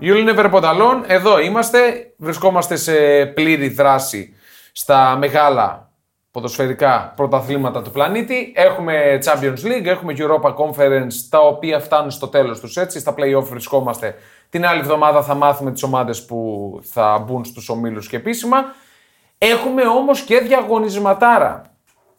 You'll never walk alone. Εδώ είμαστε. Βρισκόμαστε σε πλήρη δράση στα μεγάλα ποδοσφαιρικά πρωταθλήματα του πλανήτη. Έχουμε Champions League, έχουμε Europa Conference, τα οποία φτάνουν στο τέλος τους έτσι. Στα play-off βρισκόμαστε. Την άλλη εβδομάδα θα μάθουμε τις ομάδες που θα μπουν στους ομίλους και επίσημα. Έχουμε όμως και διαγωνισματάρα.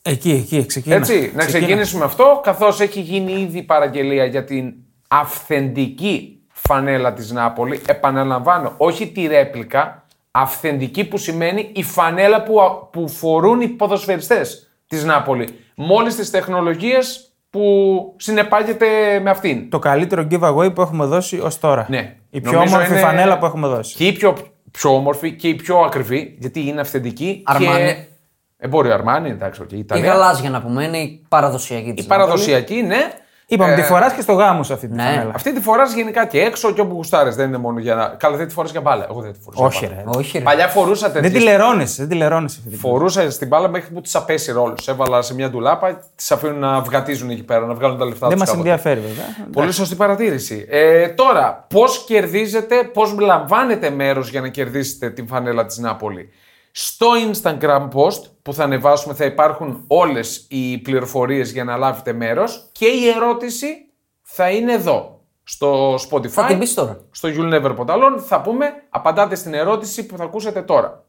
Εκεί, εκεί, ξεκινά. Έτσι, να ξεκινήσουμε με αυτό, καθώς έχει γίνει ήδη παραγγελία για την αυθεντική φανέλα της Νάπολη. Επαναλαμβάνω, όχι τη ρέπλικα, αυθεντική που σημαίνει η φανέλα που, α- που φορούν οι ποδοσφαιριστές της Νάπολη. Μόλις τις τεχνολογίες που συνεπάγεται με αυτήν. Το καλύτερο giveaway που έχουμε δώσει ως τώρα. Ναι. Η πιο Νομίζω όμορφη είναι- φανέλα που έχουμε δώσει. Και η πιο, πιο όμορφη και η πιο ακριβή, γιατί είναι αυθεντική. Και... Αρμάνι. Εμπόριο Αρμάνι, εντάξει, οκ, Η Ιταλία. γαλάζια να πούμε είναι η παραδοσιακή τη. Η παραδοσιακή, ναι. Είπαμε, Ε, τη φοράς και στο γάμο σε αυτή τη ναι. φανέλα. Αυτή τη φοράς γενικά και έξω και όπου γουστάρε. Δεν είναι μόνο για να. Καλά, δεν τη φοράς για μπάλα. Εγώ δεν τη φορούσα. Όχι, μπάλα. ρε. Όχι, ρε. Παλιά φορούσα Δεν τέτοιες. τη λερώνεσαι, δεν τη λερώνεσαι αυτή τη Φορούσα στην μπάλα μέχρι που τη απέσει ρόλους. Έβαλα σε μια ντουλάπα, τις αφήνουν να βγατίζουν εκεί πέρα, να βγάλουν τα λεφτά Δεν τους μας κάποτε. ενδιαφέρει βέβαια. Πολύ σωστή παρατήρηση. Ε, τώρα, πώς κερδίζετε, πώς λαμβάνετε μέρος για να κερδίσετε την φανέλα της Νάπολη. Στο Instagram post που θα ανεβάσουμε θα υπάρχουν όλες οι πληροφορίες για να λάβετε μέρος και η ερώτηση θα είναι εδώ, στο Spotify. Θα την πεις τώρα. Στο You'll Never Walk Alone θα πούμε, απαντάτε στην ερώτηση που θα ακούσετε τώρα.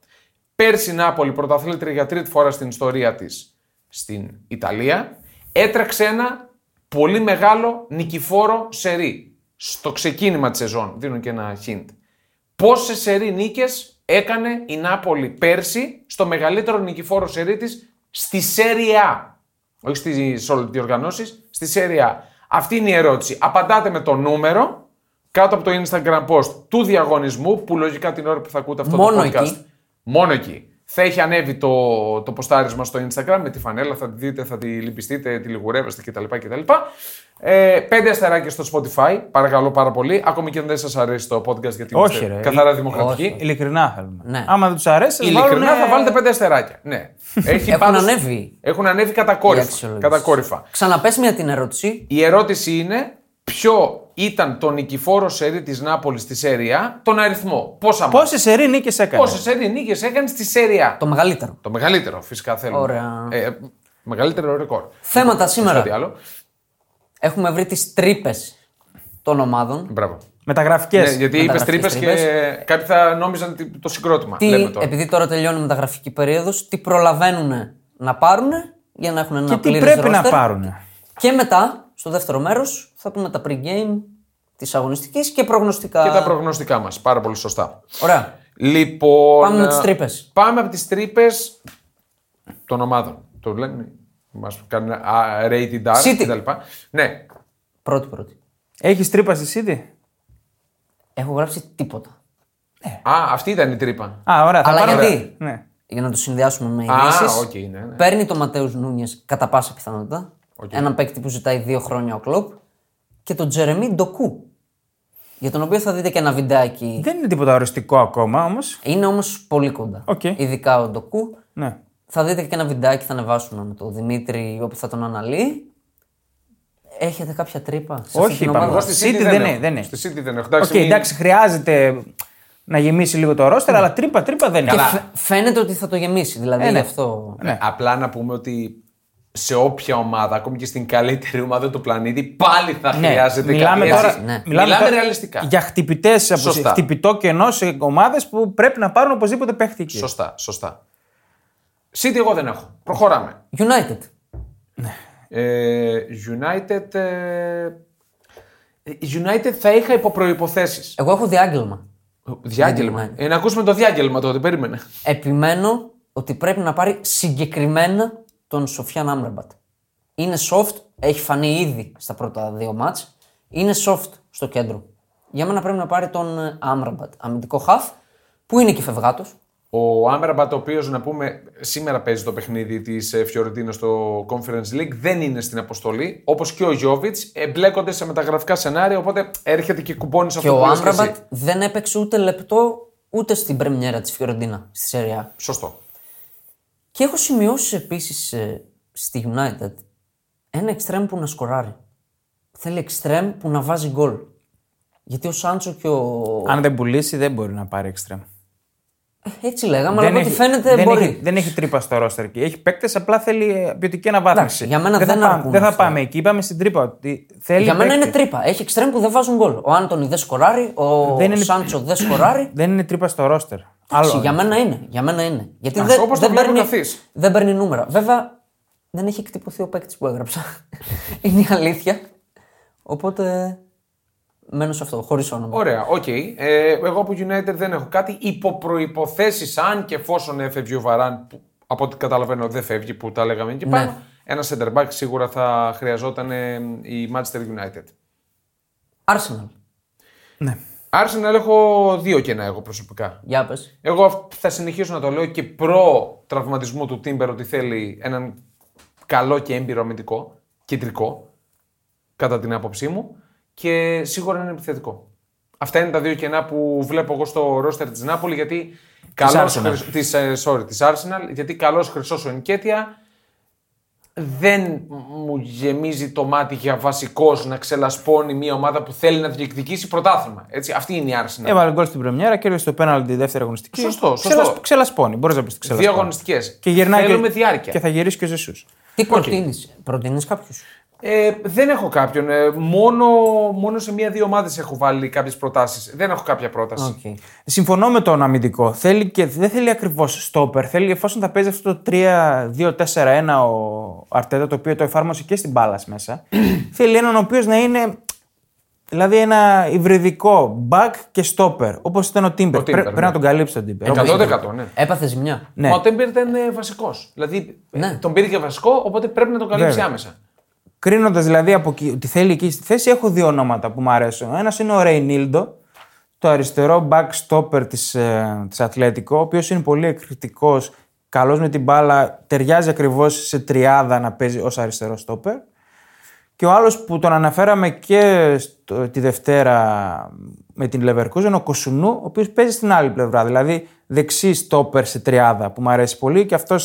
Πέρσι η Νάπολη πρωταθλήτρια για τρίτη φορά στην ιστορία της στην Ιταλία έτρεξε ένα πολύ μεγάλο νικηφόρο σερί στο ξεκίνημα της σεζόν. Δίνω και ένα hint. Πόσες σερί νίκες έκανε η Νάπολη πέρσι στο μεγαλύτερο νικηφόρο σερί της στη Σέρια. Όχι στις όλες τις διοργανώσεις, στη Σέρια. Αυτή είναι η ερώτηση. Απαντάτε με το νούμερο κάτω από το Instagram post του διαγωνισμού που λογικά την ώρα που θα ακούτε αυτό Μόνο το podcast. εκεί. Μόνο εκεί. Θα έχει ανέβει το, το ποστάρισμα στο Instagram με τη φανέλα, θα τη δείτε, θα τη λυπηστείτε, τη λιγουρεύεστε κτλ. κτλ. Ε, πέντε αστεράκια στο Spotify, παρακαλώ πάρα πολύ. Ακόμη και αν δεν σας αρέσει το podcast, γιατί Όχι, είμαστε ρε. καθαρά δημοκρατικοί. Ειλικρινά θέλουμε. Ναι. Άμα δεν τους αρέσει, σας Ειλικρινά βάλουνε- θα βάλετε πέντε αστεράκια. Ναι. Έχει Έχουν ανέβει. Έχουν ανέβει Για τις κατακόρυφα. ερωτήσεις. κατακόρυφα. Ξαναπες μια την ερώτηση. Η ερώτηση είναι ποιο ήταν το νικηφόρο σερί της Νάπολης στη Σέρια, τον αριθμό. Πόσα Πόσε σερή νίκες έκανε. Πόσες σερί νίκες έκανε στη Σέρια. Το μεγαλύτερο. Το μεγαλύτερο φυσικά θέλω. Ωραία. Ε, μεγαλύτερο ρεκόρ. Θέματα Κάτι σήμερα. άλλο. Έχουμε βρει τις τρύπες των ομάδων. Μπράβο. Μεταγραφικές. Ναι, γιατί είπες μεταγραφικές τρύπες και κάποιοι θα νόμιζαν τι- το συγκρότημα. Τι, λέμε τώρα. επειδή τώρα τελειώνει η μεταγραφική περίοδος, τι προλαβαίνουν να πάρουν για να έχουν ένα Και τι πλήρες πρέπει να roster. πάρουν. Και μετά, στο δεύτερο μέρος, θα πούμε τα pre-game της αγωνιστικής και προγνωστικά. Και τα προγνωστικά μας. Πάρα πολύ σωστά. Ωραία. Λοιπόν. Πάμε με α, τις τρύπες. Πάμε από τις τρύπες των ομάδων. Το λένε. Μας κάνουν α, rated R City. κτλ. Ναι. Πρώτη πρώτη. Έχεις τρύπα στη City. Έχω γράψει τίποτα. Ε. Α, αυτή ήταν η τρύπα. Α, ωραία. Θα Αλλά πάρουμε- γιατί? Ναι. Για να το συνδυάσουμε με Α, ειδήσεις. οκ, ναι, ναι. Παίρνει το Ματέο Νούνιες κατά πάσα πιθανότητα. Έναν παίκτη που ζητάει δύο χρόνια ο κλοπ. Και τον Τζερεμί Ντοκού. Για τον οποίο θα δείτε και ένα βιντεάκι. Δεν είναι τίποτα οριστικό ακόμα όμως. Είναι όμως πολύ κοντά. Οκ. Ειδικά ο Ντοκού. Ναι. Θα δείτε και ένα βιντεάκι θα ανεβάσουμε με τον Δημήτρη όπου θα τον αναλύει. Έχετε κάποια τρύπα σε αυτή Όχι, την είπαμε. ομάδα. Εγώ στη City, City δεν έχω. είναι, δεν είναι. Στη City δεν έχω. Οκ, Εντάξει, μην- εντάξει, χρειάζεται να γεμίσει λίγο το ρόστερ, αλλά τρύπα, τρύπα δεν Ναι. Και είναι. φαι- φαίνεται ότι θα το γεμίσει. Δηλαδή γι' αυτό. Ναι. Απλά να πούμε ότι σε όποια ομάδα, ακόμη και στην καλύτερη ομάδα του πλανήτη, πάλι θα Ναι, χρειάζεται μιλάμε κάποια τώρα, αίσθηση. ναι. Μιλάμε, τώρα ρεαλιστικά. Για χτυπητές από Σωστά. χτυπητό κενό σε ομάδες που πρέπει να πάρουν οπωσδήποτε παίχτη εκεί. Σωστά, σωστά. City εγώ δεν έχω. Προχωράμε. United. Ε, United. ε, United θα είχα υποπροϋποθέσεις. Εγώ έχω διάγγελμα. ναι, Διάγγελμα. Ε, να ακούσουμε το διάγγελμα τότε, περίμενε. Επιμένω ότι πρέπει να πάρει συγκεκριμένα τον Σοφιάν Άμραμπατ. Είναι soft, έχει φανεί ήδη στα πρώτα δύο μάτς. Είναι soft στο κέντρο. Για μένα πρέπει να πάρει τον ε, Άμραμπατ. Αμυντικό half, που είναι και φευγάτος. Ο Άμραμπατ, ο οποίος να πούμε σήμερα παίζει το παιχνίδι της Φιωρεντίνα στο Conference League, δεν είναι στην αποστολή. Όπως και ο Γιώβιτ, εμπλέκονται σε μεταγραφικά σενάρια, οπότε έρχεται και κουμπώνεις σε Και αυτό ο που λες και εσύ. Άμραμπατ δεν έπαιξε ούτε λεπτό ούτε στην πρεμιέρα της Φιωρεντίνα στη Σεριά. Σωστό. Και έχω σημειώσει επίσης στη United ένα εξτρέμ που να σκοράρει. Θέλει εξτρέμ που να βάζει γκολ. Γιατί ο Σάντσο και ο. Αν δεν πουλήσει, δεν μπορεί να πάρει εξτρέμ. Έτσι λέγαμε, αλλά από ό,τι φαίνεται δεν μπορεί. Έχει, δεν έχει τρύπα στο ρόστερ εκεί. Έχει παίκτες, απλά θέλει ε, ποιοτική αναβάθμιση. Εντάξει, για μένα θα δεν πάμε, αρκούν δεν θα αυτά. πάμε εκεί. Είπαμε στην τρύπα ότι θέλει. Για μένα παίκτη. είναι τρύπα. Έχει εξτρέμ που δεν βάζουν γκολ. Ο Άντωνη δεν σκοράρει, ο Δεν είναι- Σάντσο δεν σκοράρει. Δεν είναι τρύπα στο ρόστερ. Εντάξει, Άλλο. για μένα είναι. Για μένα είναι. Γιατί δεν, όπως το δεν, βλέπω παίρνει, καθείς. δεν παίρνει νούμερα. Βέβαια, δεν έχει εκτυπωθεί ο παίκτης που έγραψα. είναι η αλήθεια. Οπότε μένω σε αυτό, χωρίς όνομα. Ωραία, οκ. Ε, εγώ από United δεν έχω κάτι. Υπό προποθέσει, αν και εφόσον έφευγε ο Βαράν, που από ό,τι καταλαβαίνω δεν φεύγει, που τα λέγαμε Ναι. και πάνω. Ένα center back σίγουρα θα χρειαζόταν ε, η Manchester United. Arsenal. Ναι. Arsenal έχω δύο κενά εγώ προσωπικά. Για πες. Εγώ αυ- θα συνεχίσω να το λέω και προ τραυματισμού του Τίμπερ ότι θέλει έναν καλό και έμπειρο αμυντικό, κεντρικό, κατά την άποψή μου, και σίγουρα είναι επιθετικό. Αυτά είναι τα δύο κενά που βλέπω εγώ στο ρόστερ της Νάπολη, γιατί καλός, Arsenal. χρυσ- της, ε, sorry, της Arsenal, γιατί καλός χρυσός ο Ενκέτια δεν μου γεμίζει το μάτι για βασικός να ξελασπώνει μια ομάδα που θέλει να διεκδικήσει πρωτάθλημα. Έτσι, αυτή είναι η Arsenal. Έβαλε γκολ στην Πρεμιέρα, κέρδισε το πέναλτι δεύτερη αγωνιστική. Σωστό, σωστό. Ξελασ- Ξελασπώνει. Μπορείς να πεις ξελασπώνει. Δύο αγωνιστικές. Και γυρνάει Θέλουμε και... διάρκεια. και θα γυρίσει και ο Ζεσούς. Τι προτείνεις, προτείνεις κάποιου. Ε, δεν έχω κάποιον. Ε, μόνο, μόνο σε μία-δύο ομάδες έχω βάλει κάποιες προτάσεις. Δεν έχω κάποια πρόταση. Okay. Συμφωνώ με τον αμυντικό. Θέλει και, δεν θέλει ακριβώς στόπερ. Θέλει εφόσον θα παίζει αυτό το 3-2-4-1 ο Αρτέτα, το οποίο το εφάρμοσε και στην μπάλα μέσα. θέλει έναν ο οποίος να είναι. Δηλαδή ένα υβριδικό back και στόπερ. Όπως ήταν ο Τίμπερ. Ο Timber, Πρέ- Πρέπει ναι. να τον καλύψει τον Τίμπερ. 100% ναι. Έπαθε ζημιά. Ναι. Μα Ο Τέμπερ ήταν βασικός. Δηλαδή ε, Ναι. τον πήρε και βασικό, οπότε πρέπει να τον καλύψει Βέβαια. άμεσα. Κρίνοντας δηλαδή από εκεί, ότι θέλει εκεί στη θέση, έχω δύο ονόματα που μου αρέσουν. Ένας είναι ο Ρεϊνίλντο, το αριστερό back stopper της ε, της Ατλέτικο, ο οποίος είναι πολύ εκρηκτικός, καλός με την μπάλα, ταιριάζει ακριβώς σε τριάδα να παίζει ως αριστερό stopper. Και ο άλλος που τον αναφέραμε και στο- τη Δευτέρα με την Leverkusen, ο Κοσουνού, ο οποίος παίζει στην άλλη πλευρά. Δηλαδή δεξί stopper σε τριάδα που μου αρέσει πολύ και αυτός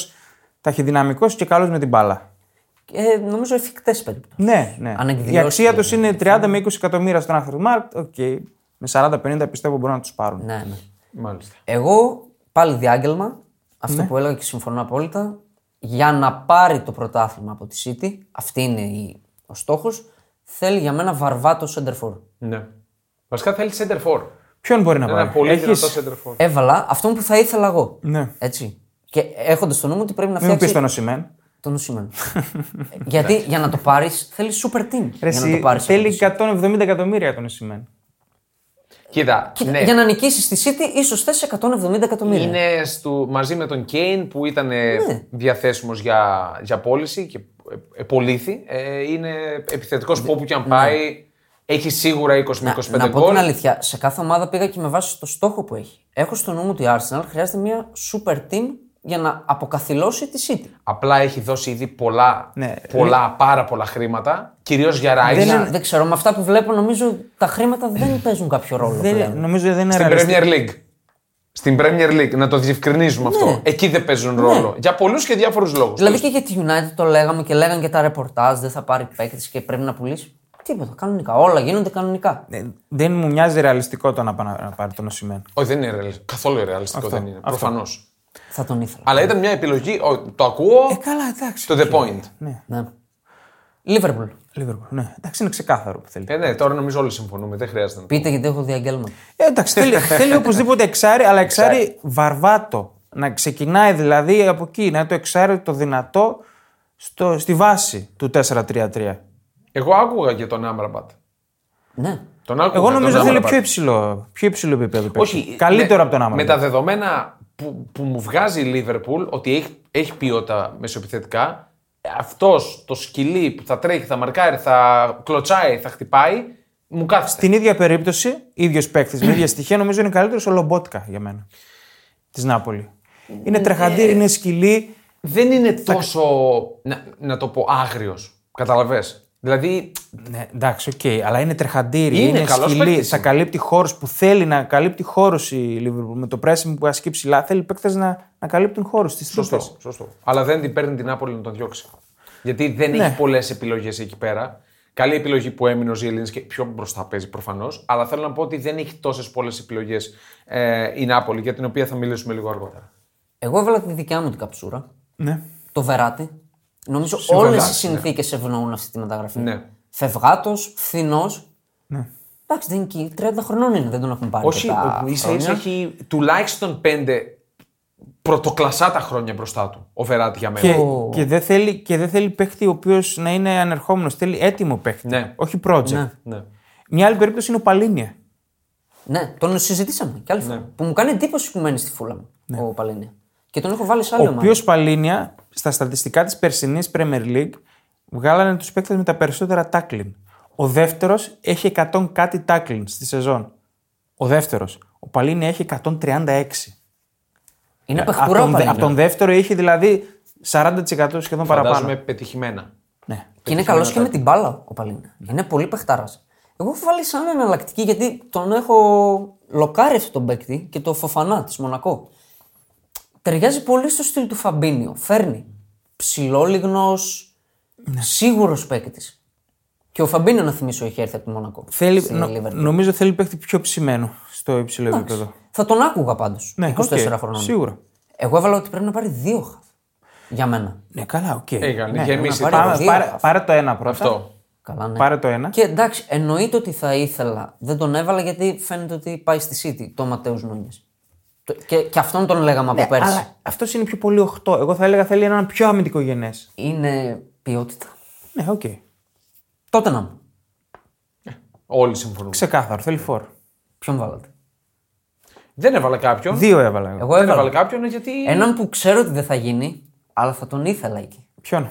ταχυδυναμικός και καλός με την μπάλα. Ε, νομίζω εφικτές περίπτωση. Ναι, ναι. Αν εκδηλώσει Η αξία το τους είναι 30 με 20 εκατομμύρια στον Άθρο Μάρτ. Οκ. Με 40-50 πιστεύω μπορούν να τους πάρουν. Ναι, ναι. Μάλιστα. Εγώ πάλι διάγγελμα, αυτό Ναι. που έλεγα και συμφωνώ απόλυτα, για να πάρει το πρωτάθλημα από τη City, αυτή είναι η, ο στόχος, θέλει για μένα βαρβάτο center Ναι. Βασικά θέλει center for. Ποιον μπορεί να Ένα πάρει. πολύ Έχεις... δυνατό center for. Έβαλα αυτόν που θα ήθελα εγώ. Ναι. Έτσι. Και έχοντας στο νου μου ότι πρέπει να Μην μου πεις φτιάξει τον Οσημέν. τον Ουσίμεν. Γιατί για να το πάρεις, θέλεις super team. για να το πάρεις. Θέλει 170 εκατομμύρια τον Οσημένεν. Κοίτα, ναι. Για να νικήσεις τη City, ίσως θες 170 εκατομμύρια. Είναι στο, μαζί με τον Κέιν που ήταν ναι. διαθέσιμος για, για πώληση και ε, πολίθη. Ε, είναι επιθετικός που όπου και αν πάει. Έχει σίγουρα 20 με 25 Να, να πω γκολ. την αλήθεια, σε κάθε ομάδα πήγα και με βάση το στόχο που έχει. Έχω στο νου μου ότι η Arsenal χρειάζεται μια super team για να αποκαθιλώσει τη City. Απλά έχει δώσει ήδη πολλά, Ναι. πολλά πάρα πολλά χρήματα, κυρίως για Ράις. Δεν, δεν ξέρω, με αυτά που βλέπω νομίζω τα χρήματα δεν παίζουν κάποιο ρόλο. Δεν, πλέον. νομίζω δεν είναι Στην ρεαλιστικό. Premier League. Στην Premier League, να το διευκρινίζουμε Ναι. αυτό. Εκεί δεν παίζουν ρόλο. Για πολλούς και διάφορους λόγους. Δηλαδή και για τη United το λέγαμε και λέγανε και τα ρεπορτάζ, δεν θα πάρει παίκτη και πρέπει να πουλήσει. Τίποτα, κανονικά. Όλα γίνονται κανονικά. Ναι, Δεν μου μοιάζει ρεαλιστικό το να πά- να πάρει τον Οσημέν. Όχι, δεν είναι ρεαλιστικό. Καθόλου ρεαλιστικό δεν είναι. Προφανώς. Θα τον ήθελα. Αλλά ήταν μια επιλογή. ο, το ακούω. Ε, Καλά, εντάξει. το The Point. Ναι. Liverpool. Liverpool, Ναι, εντάξει, είναι ξεκάθαρο που θέλει. Ε, ναι, τώρα νομίζω όλοι συμφωνούμε. Δεν χρειάζεται να το Πείτε γιατί έχω διαγγέλμα. Ε, εντάξει, θέλει, θέλει οπωσδήποτε εξάρι, αλλά εξάρι βαρβάτο. Να ξεκινάει δηλαδή από εκεί, να είναι το εξάρι το δυνατό στο, στη βάση του 4-3-3. Εγώ άκουγα για τον Άμραμπατ. Ναι. Τον άκουγα Εγώ τον νομίζω θέλει Άμραμπατ. πιο υψηλό, πιο υψηλό επίπεδο. παίκτη. Όχι, Καλύτερο με- από τον Άμραμπατ. Με τα δεδομένα που, που μου βγάζει η Λίβερπουλ ότι έχει, έχει ποιότητα μεσοεπιθετικά, αυτός το σκυλί που θα τρέχει, θα μαρκάρει, θα κλωτσάει, θα χτυπάει, μου κάθεται. Στην ίδια περίπτωση, ίδιος παίκτης με ίδια στοιχεία, νομίζω είναι καλύτερος ο Λομπότκα για μένα. Της Νάπολη. Είναι τρεχαντήρι, είναι σκυλή. Δεν είναι τόσο, να, να το πω, άγριος. Καταλαβέ. Δηλαδή, Ναι, εντάξει, οκ, αλλά είναι τρεχαντήρι, Είναι είναι, καλός σκυλή. παίκτης Θα είναι. καλύπτει χώρους που θέλει να καλύπτει χώρους η Λίβερπουλ. Με το πράσινο που ασκεί ψηλά, θέλει παίκτες να, να καλύπτουν χώρους στις σωστό, τρύπε. σωστό. Αλλά δεν την παίρνει την Άπολη να τον διώξει. Γιατί δεν έχει πολλές επιλογές εκεί πέρα. Καλή επιλογή που έμεινε ο Ζιελίνη και πιο μπροστά παίζει προφανώς. Αλλά θέλω να πω ότι δεν έχει τόσες πολλές επιλογές ε, η Νάπολη, για την οποία θα μιλήσουμε λίγο αργότερα. Εγώ έβαλα τη δικιά μου την καψούρα. Ναι. Το βεράτη. Νομίζω Συμβολάς, όλε οι ναι. συνθήκες ευνοούν αυτή τη μεταγραφή. Ναι. Φευγάτος, φθηνός. Ναι. Εντάξει, δεν είναι 30 χρονών είναι, δεν τον έχουν πάρει. Όχι, αρκετά ο- ίσα χρόνια. ίσα έχει τουλάχιστον πέντε πρωτοκλασσά τα χρόνια μπροστά του Ε, ο Βεράτη για μένα. Και, και δεν θέλει, και δεν θέλει παίχτη ο οποίος να είναι ανερχόμενος. Θέλει έτοιμο παίχτη. Ναι. Όχι project. Ναι. Μια άλλη περίπτωση είναι ο Παλίνια. Ναι, τον συζητήσαμε κι άλλη Ναι. φορά. Που μου κάνει εντύπωση που μένει στη φούλα μου ο Παλίνια. Και τον έχω βάλει σε άλλη Ο ομάδα. οποίος Παλίνια στα στατιστικά της περσινής Premier League βγάλανε τους παίκτες με τα περισσότερα τάκλιν. Ο δεύτερος έχει 100 κάτι τάκλιν στη σεζόν. Ο δεύτερος. Ο Παλίνια έχει 136. Είναι Ναι, Από παιχτουρά τον, δε- Παλίνια. απ' τον δεύτερο έχει δηλαδή 40% σχεδόν παραπάνω. Φαντάζομαι πετυχημένα. Ναι. Και είναι καλός και με την μπάλα ο Παλίνα. Είναι πολύ παιχταρά. Εγώ έχω βάλει σαν εναλλακτική γιατί τον έχω λοκάρει αυτόν τον παίκτη και το φοφανά της Μονακό. Ταιριάζει πολύ στο στυλ του Φαμπίνιο. Φέρνει ψηλόλιγνος, Ναι. σίγουρος παίκτης. Και ο Φαμπίνιο, να θυμίσω, έχει έρθει από τη Μονακό. Θέλει, στην νο- Liverpool. νομίζω θέλει παίχτη πιο ψημένο στο υψηλό επίπεδο. Θα τον άκουγα πάντως. Ναι, 24 οκ, χρονών. Σίγουρα. Εγώ έβαλα ότι πρέπει να πάρει δύο χαφ. Για μένα. Ναι, καλά, οκ. Έγανε, ναι, γεμίσει πάμε, το πάρε, δύο. πάρε- πάρε το ένα πρώτα. Αυτό. Καλά, ναι. Πάρε το ένα. Και εντάξει, εννοείται ότι θα ήθελα. Δεν τον έβαλα γιατί φαίνεται ότι πάει στη City το Ματέους Νούνιες. Και, και αυτόν τον λέγαμε από πέρσι. Ναι, Ε, Αλλά αυτός είναι πιο πολύ 8. Εγώ θα έλεγα θέλει έναν πιο αμυντικό γενέ. Είναι ποιότητα. Ναι, οκ. Τότε να μου. Όλοι συμφωνούν. Ξεκάθαρο, Ναι. θέλει φόρ. Ποιον βάλατε. Δεν έβαλα κάποιον. Δύο έβαλα εγώ. Εγώ Δεν έβαλα. έβαλα κάποιον γιατί. Έναν που ξέρω ότι δεν θα γίνει, αλλά θα τον ήθελα εκεί. Ποιον.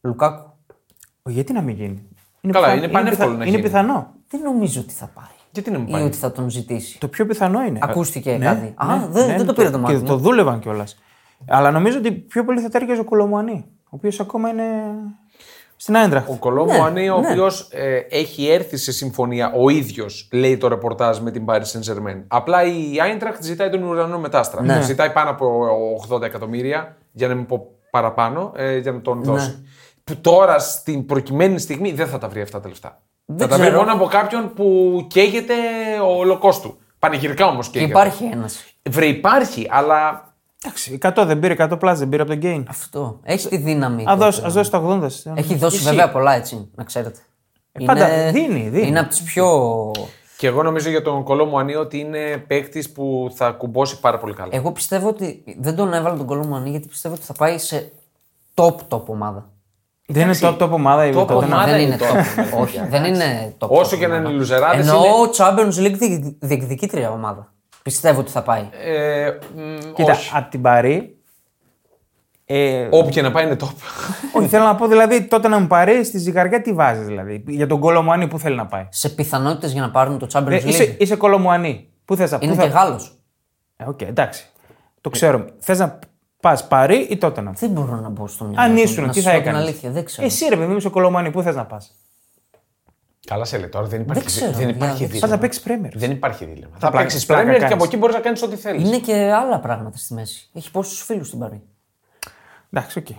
Λουκάκου. Ο, γιατί να μην γίνει. Είναι Καλά, είναι πανεύκολο πιθα- να Είναι γίνει. πιθανό. Δεν νομίζω ότι θα πάει. Γιατί να μην Ή πάει. ότι θα τον ζητήσει. Το πιο πιθανό είναι. Ακούστηκε Ναι, κάτι. ναι, Α, ναι, δεν- ναι, δεν το πήρε το μάτι Και μου. το δούλευαν κιόλας. Αλλά νομίζω ότι πιο πολύ θα τέριαζε ο Κολομουανί, ο οποίος ακόμα είναι στην Άιντραχτ. Ο Κολόμο Ναι, Ανή, ο οποίο έχει έρθει σε συμφωνία ο ίδιος, λέει το ρεπορτάζ με την Paris Saint Germain. Απλά η Άιντραχτ ζητάει τον ουρανό μετάστρα. Ναι. Ζητάει πάνω από 80 εκατομμύρια, για να μην πω παραπάνω, ε, για να Ναι. τον δώσει. Που τώρα στην προκειμένη στιγμή δεν θα τα βρει αυτά τα λεφτά. Δεν θα τα βρει ξέρω. μόνο από κάποιον που καίγεται ο ολοκός του. Πανηγυρικά όμως καίγεται. Υπάρχει ένας. Βρε, υπάρχει, αλλά Εντάξει, 100 δεν πήρε, 100 πλάζ δεν πήρε από τον Γκέιν. Αυτό. Έχει τη δύναμη. Α του. δώσει, ας δώσει τα 80. στην- Έχει δώσει Εσύ. Ε, βέβαια πολλά έτσι, να ξέρετε. πάντα δίνει, δίνει. Είναι από τις πιο. Και εγώ νομίζω για τον Κολόμο Ανή ότι είναι παίκτης που θα κουμπώσει πάρα πολύ καλά. Εγώ πιστεύω ότι δεν τον έβαλα τον κολόμο ανή γιατί πιστεύω ότι θα πάει σε top top ομάδα. Δεν είναι top top ομάδα η Top Tottenham. ομάδα. δεν είναι είναι top, top. Όχι, δεν είναι top. Όσο top και να ομάδα. είναι οι λουζεράδες, Εννοώ είναι- Champions League διεκδικ- διεκδικήτρια ομάδα. Πιστεύω ότι θα πάει. Ε, μ, Κοίτα, όχι. από την Παρή. Ε, Όπου και να πάει είναι top. όχι, θέλω να πω δηλαδή τότε να μου πάρει στη ζυγαριά τι βάζεις δηλαδή. Για τον Κολομουανί που θέλει να πάει. Σε πιθανότητες για να πάρουν το Champions League. Ε, είσαι, είσαι Κολομουανί. Πού θες να Είναι πού θα- και Γάλλος. Ε, οκ, εντάξει. Το ξέρουμε. Θες να πας Παρή ή τότε να. Δεν μπορώ να μπω στο μυαλό. Αν του, ήσουν, να τι σου θα πω την έκανες. αλήθεια, δεν ξέρω. Εσύ ρε παιδί μου, είσαι Κολομουανί, πού θες να πας. Καλά σε λέει τώρα, δεν υπάρχει, Δεν ξέρω, δεν παιδιά, υπάρχει δεν Πα δίλημα. να παίξεις Πρέμερ. Δεν υπάρχει δίλημα. Θα, πλάξεις παίξει Premier πλάκα, και από κάνεις. εκεί μπορείς να κάνεις ό,τι θέλεις. Είναι και άλλα πράγματα στη μέση. Έχει πόσους φίλους στην Παρή. Εντάξει, οκ. Ε,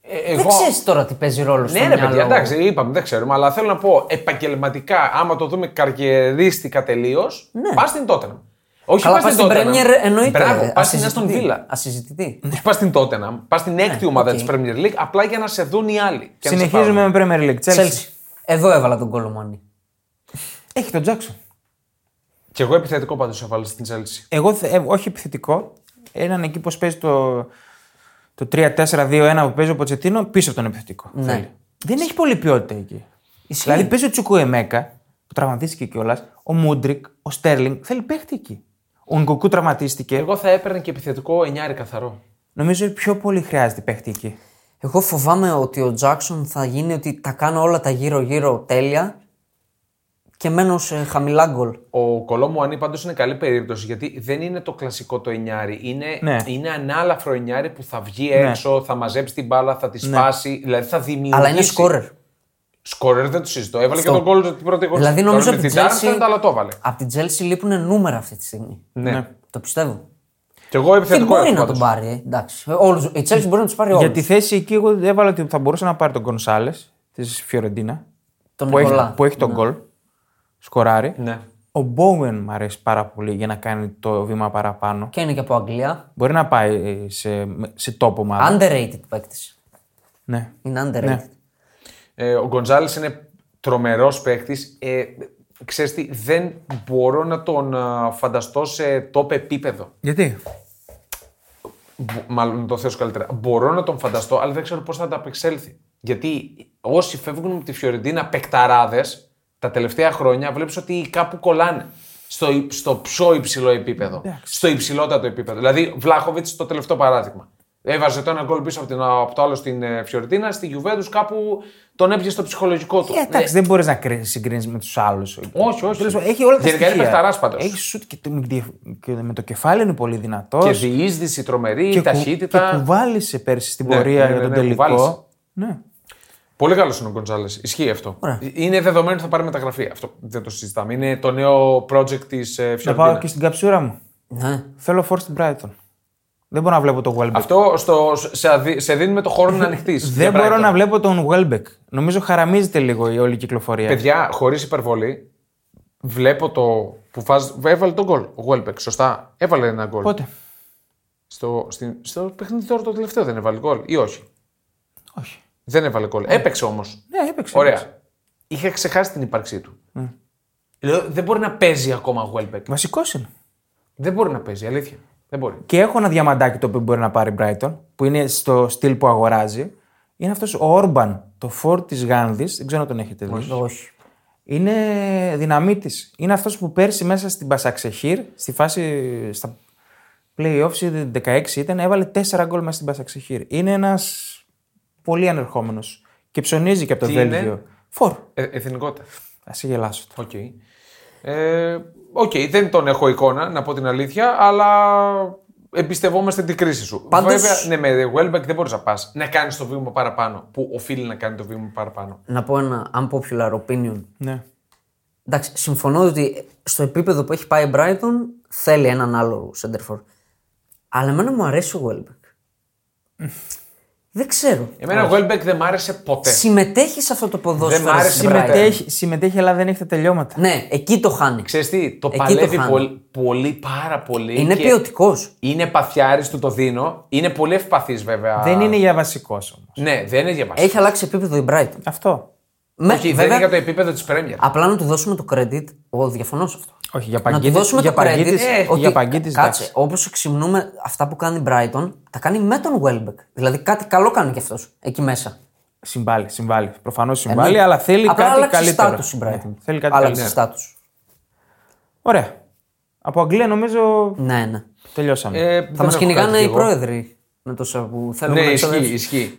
εγώ... Δεν ξέρεις τώρα τι παίζει ρόλο στο Ναι, ρε μυαλό. παιδιά, εντάξει, είπαμε, δεν ξέρουμε, αλλά θέλω να πω επαγγελματικά, άμα το δούμε καριερίστικα τελείω, πας στην Tottenham. Όχι, Ναι. Καλά, πας πας στην στην Tottenham. Πρέμιερ εννοείται. Μπράβο, πας στην Aston Villa. Ασυζητητή. Όχι πας στην Tottenham, πας στην έκτη ομάδα Ναι, οκ. της τη Premier League απλά για να σε δουν οι άλλοι. και να σε Συνεχίζουμε πάρουν. με Premier League. Chelsea. Chelsea. Εδώ έβαλα τον Κολομάνι. Έχει τον Τζάξον. Και εγώ επιθετικό πάντως έβαλα στην Chelsea. Εγώ θε- ε, όχι επιθετικό. Έναν εκεί πώ παίζει το, το 3-4-2-1 που παίζει ο Ποτσετίνο πίσω από τον επιθετικό. Θέλει. Δεν έχει πολλή ποιότητα εκεί. Δηλαδή παίζει ο Τσουκουεμέκα που τραυματίστηκε κιόλας, ο Μούντρικ, ο Στέρλινγκ. Θέλει παίχτη εκεί. Ο Νγκοκού τραυματίστηκε. Εγώ θα έπαιρνα και επιθετικό 9 καθαρό. Νομίζω ότι πιο πολύ χρειάζεται παίχτη εκεί. Εγώ φοβάμαι ότι ο Τζάξον θα γίνει ότι τα κάνω όλα τα γύρω-γύρω τέλεια και μένω σε χαμηλά γκολ. Ο Κολόμου Ανή πάντως είναι καλή περίπτωση γιατί δεν είναι το κλασικό το εννιάρι. Είναι, Ναι. είναι ανάλαφρο εννιάρι που θα βγει έξω, θα μαζέψει την μπάλα, θα τη σπάσει, δηλαδή θα δημιουργήσει. Αλλά είναι σκόρερ. Σκόρερ δεν το συζητώ. Έβαλε και τον Αυτό. γκολ την πρώτη γωνία. Δηλαδή νομίζω ότι ότι την την Τζάρνστον, αλλά το έβαλε. Chelsea... Από την Chelsea λείπουν νούμερα αυτή τη στιγμή. Ναι. Το πιστεύω. Και εγώ Τι επιθετικό μπορεί έχω να πάντως. τον πάρει, ε, εντάξει. Όλους, η Chelsea μπορεί να τους πάρει όλου. Για τη θέση εκεί, εγώ έβαλα ότι θα μπορούσε να πάρει τον Γκονσάλε τη Φιωρεντίνα. Τον που, Νικολά. έχει, που έχει τον γκολ. Σκοράρει. Ναι. Ο Μπόουεν μου αρέσει πάρα πολύ για να κάνει το βήμα παραπάνω. Και είναι και από Αγγλία. Μπορεί να πάει σε, σε τόπο ομάδα. Underrated παίκτης. Ναι. Είναι underrated. Ναι. Ε, ο Γκοντζάλη είναι τρομερός παίκτης. Ε, ξέρεις τι, δεν μπορώ να τον α, φανταστώ σε top επίπεδο. Γιατί. Μπο- Μάλλον να το θέσω καλύτερα. Μπορώ να τον φανταστώ, αλλά δεν ξέρω πώς θα ανταπεξέλθει. Γιατί όσοι φεύγουν από τη Φιωρεντίνα παικταράδε τα τελευταία χρόνια, βλέπεις ότι κάπου κολλάνε. Στο, υ- στο πιο υψηλό επίπεδο. Στο υψηλότατο επίπεδο. Δηλαδή, Βλάχοβιτ το τελευταίο παράδειγμα. Έβαζε το ένα γκολ πίσω από, την, από το άλλο στην ε, Φιωρεντίνα, στη Γιουβέντους, κάπου τον έπιασε στο ψυχολογικό του. Ε, εντάξει, δεν μπορείς να κρίνεις- συγκρίνεις με τους άλλους. Όχι, όχι. Έχει όλα τα Γενικά είναι στοιχεία. παιχταράς πάντως. Έχει σουτ και, το- και με το κεφάλι είναι πολύ δυνατός. Και διείσδυση τρομερή, και, ταχύτητα. και κουβάλισε πέρσι στην Ναι, πορεία ναι, για ναι, τον ναι, κουβάλισε. τελικό. Ναι. Πολύ καλός είναι ο Γκοντζάλε. Ισχύει αυτό. Ε, Είναι δεδομένο ότι θα πάρει μεταγραφή. Αυτό δεν το συζητάμε. Είναι το νέο project ε, τη Να πάω Φιωρεντίνα. και στην καψούρα μου. Ναι. Θέλω φόρ στην Brighton. Δεν μπορώ να βλέπω τον Welbeck. Αυτό στο, σε, αδι- σε δίνει με το χώρο να ανοιχτεί. Δεν μπορώ να βλέπω τον Welbeck. Νομίζω χαραμίζεται λίγο η όλη κυκλοφορία. Παιδιά, χωρίς υπερβολή, βλέπω το. που βάζ- Έβαλε τον γκολ. Ο Γουέλμπεκ. Σωστά. Έβαλε ένα γκολ. Πότε. Στο, στην, στο παιχνίδι τώρα το τελευταίο δεν έβαλε γκολ ή όχι. Όχι. Δεν έβαλε γκολ. Έπαιξε όμως. Ναι, έπαιξε. έπαιξε. Ναι. Ωραία. Είχε ξεχάσει την ύπαρξή του. Λέω, δεν μπορεί να παίζει ακόμα ο Γουέλμπεκ. Βασικός είναι. Δεν μπορεί να παίζει, αλήθεια. Δεν μπορεί. Και έχω ένα διαμαντάκι το οποίο μπορεί να πάρει η Brighton, που είναι στο στυλ που αγοράζει. Είναι αυτός ο Όρμπαν, το φόρ της Γάνδης. Δεν ξέρω αν τον έχετε δει. Όχι. Είναι δυναμίτης. Είναι αυτός που πέρσι μέσα στην Πασαξεχήρ, στη φάση στα playoffs, είδε 16 ήταν, έβαλε 4 γκολ μέσα στην Πασαξεχήρ. Είναι ένας πολύ ανερχόμενος. Και ψωνίζει και από Τι το είναι? Βέλγιο. Φορ. Ε, εθνικότητα. Ας σε γελάσω. Οκ. Ε, οκ, δεν τον έχω εικόνα, να πω την αλήθεια, αλλά εμπιστευόμαστε την κρίση σου. Πάντως- Βέβαια, ναι, με Wellbeck δεν μπορείς να πας να κάνεις το βήμα παραπάνω, που οφείλει να κάνει το βήμα παραπάνω. Να πω ένα unpopular opinion. Ναι. Εντάξει, συμφωνώ ότι στο επίπεδο που έχει πάει η Brighton θέλει έναν άλλο center for. Αλλά εμένα μου αρέσει ο Welbeck. Δεν ξέρω. Εμένα ο Wellbeck δεν μ' άρεσε ποτέ. Συμμετέχει σε αυτό το ποδόσφαιρο. Δεν μ' άρεσε στην Brighton. η Brighton. Συμμετέχει, συμμετέχει, αλλά δεν έχει τα τελειώματα. Ναι, εκεί το χάνει. Ξέρεις τι, το Εκεί παλεύει το χάνω. πολύ, πολύ, πάρα πολύ. Είναι και ποιοτικός. Είναι παθιάρης του το δίνω. Είναι πολύ ευπαθής βέβαια. Δεν είναι για βασικός όμως. Ναι, δεν είναι για μας. Έχει αλλάξει επίπεδο η Brighton. Αυτό. Με, Όχι, δεν είναι για το επίπεδο της Πρέμιερ. Απλά να του δώσουμε το credit. Εγώ διαφωνώ σε αυτό. Όχι, για να του παγκίτη. δώσουμε για το credit. παγκίτης- ε, για παγκίτης, κάτσε, εντάξει. όπω εξυμνούμε αυτά που κάνει η Brighton, τα κάνει με τον Welbeck. Δηλαδή κάτι καλό κάνει κι αυτός εκεί μέσα. Συμβάλλει, συμβάλλει. Προφανώς συμβάλλει, αλλά θέλει Ε, Ναι. Απλά κάτι άλλαξε καλύτερο. στάτους η Brighton. Ναι, θέλει κάτι άλλαξε καλύτερο. στάτου. Ωραία. Από Αγγλία νομίζω Ναι, ναι. τελειώσαμε. Ε, Θα δεν μας έχω κυνηγάνε κάτι κι οι εγώ. πρόεδροι με τόσα που θέλουμε Ναι, να ισχύει, ξοδέψουμε. ισχύει.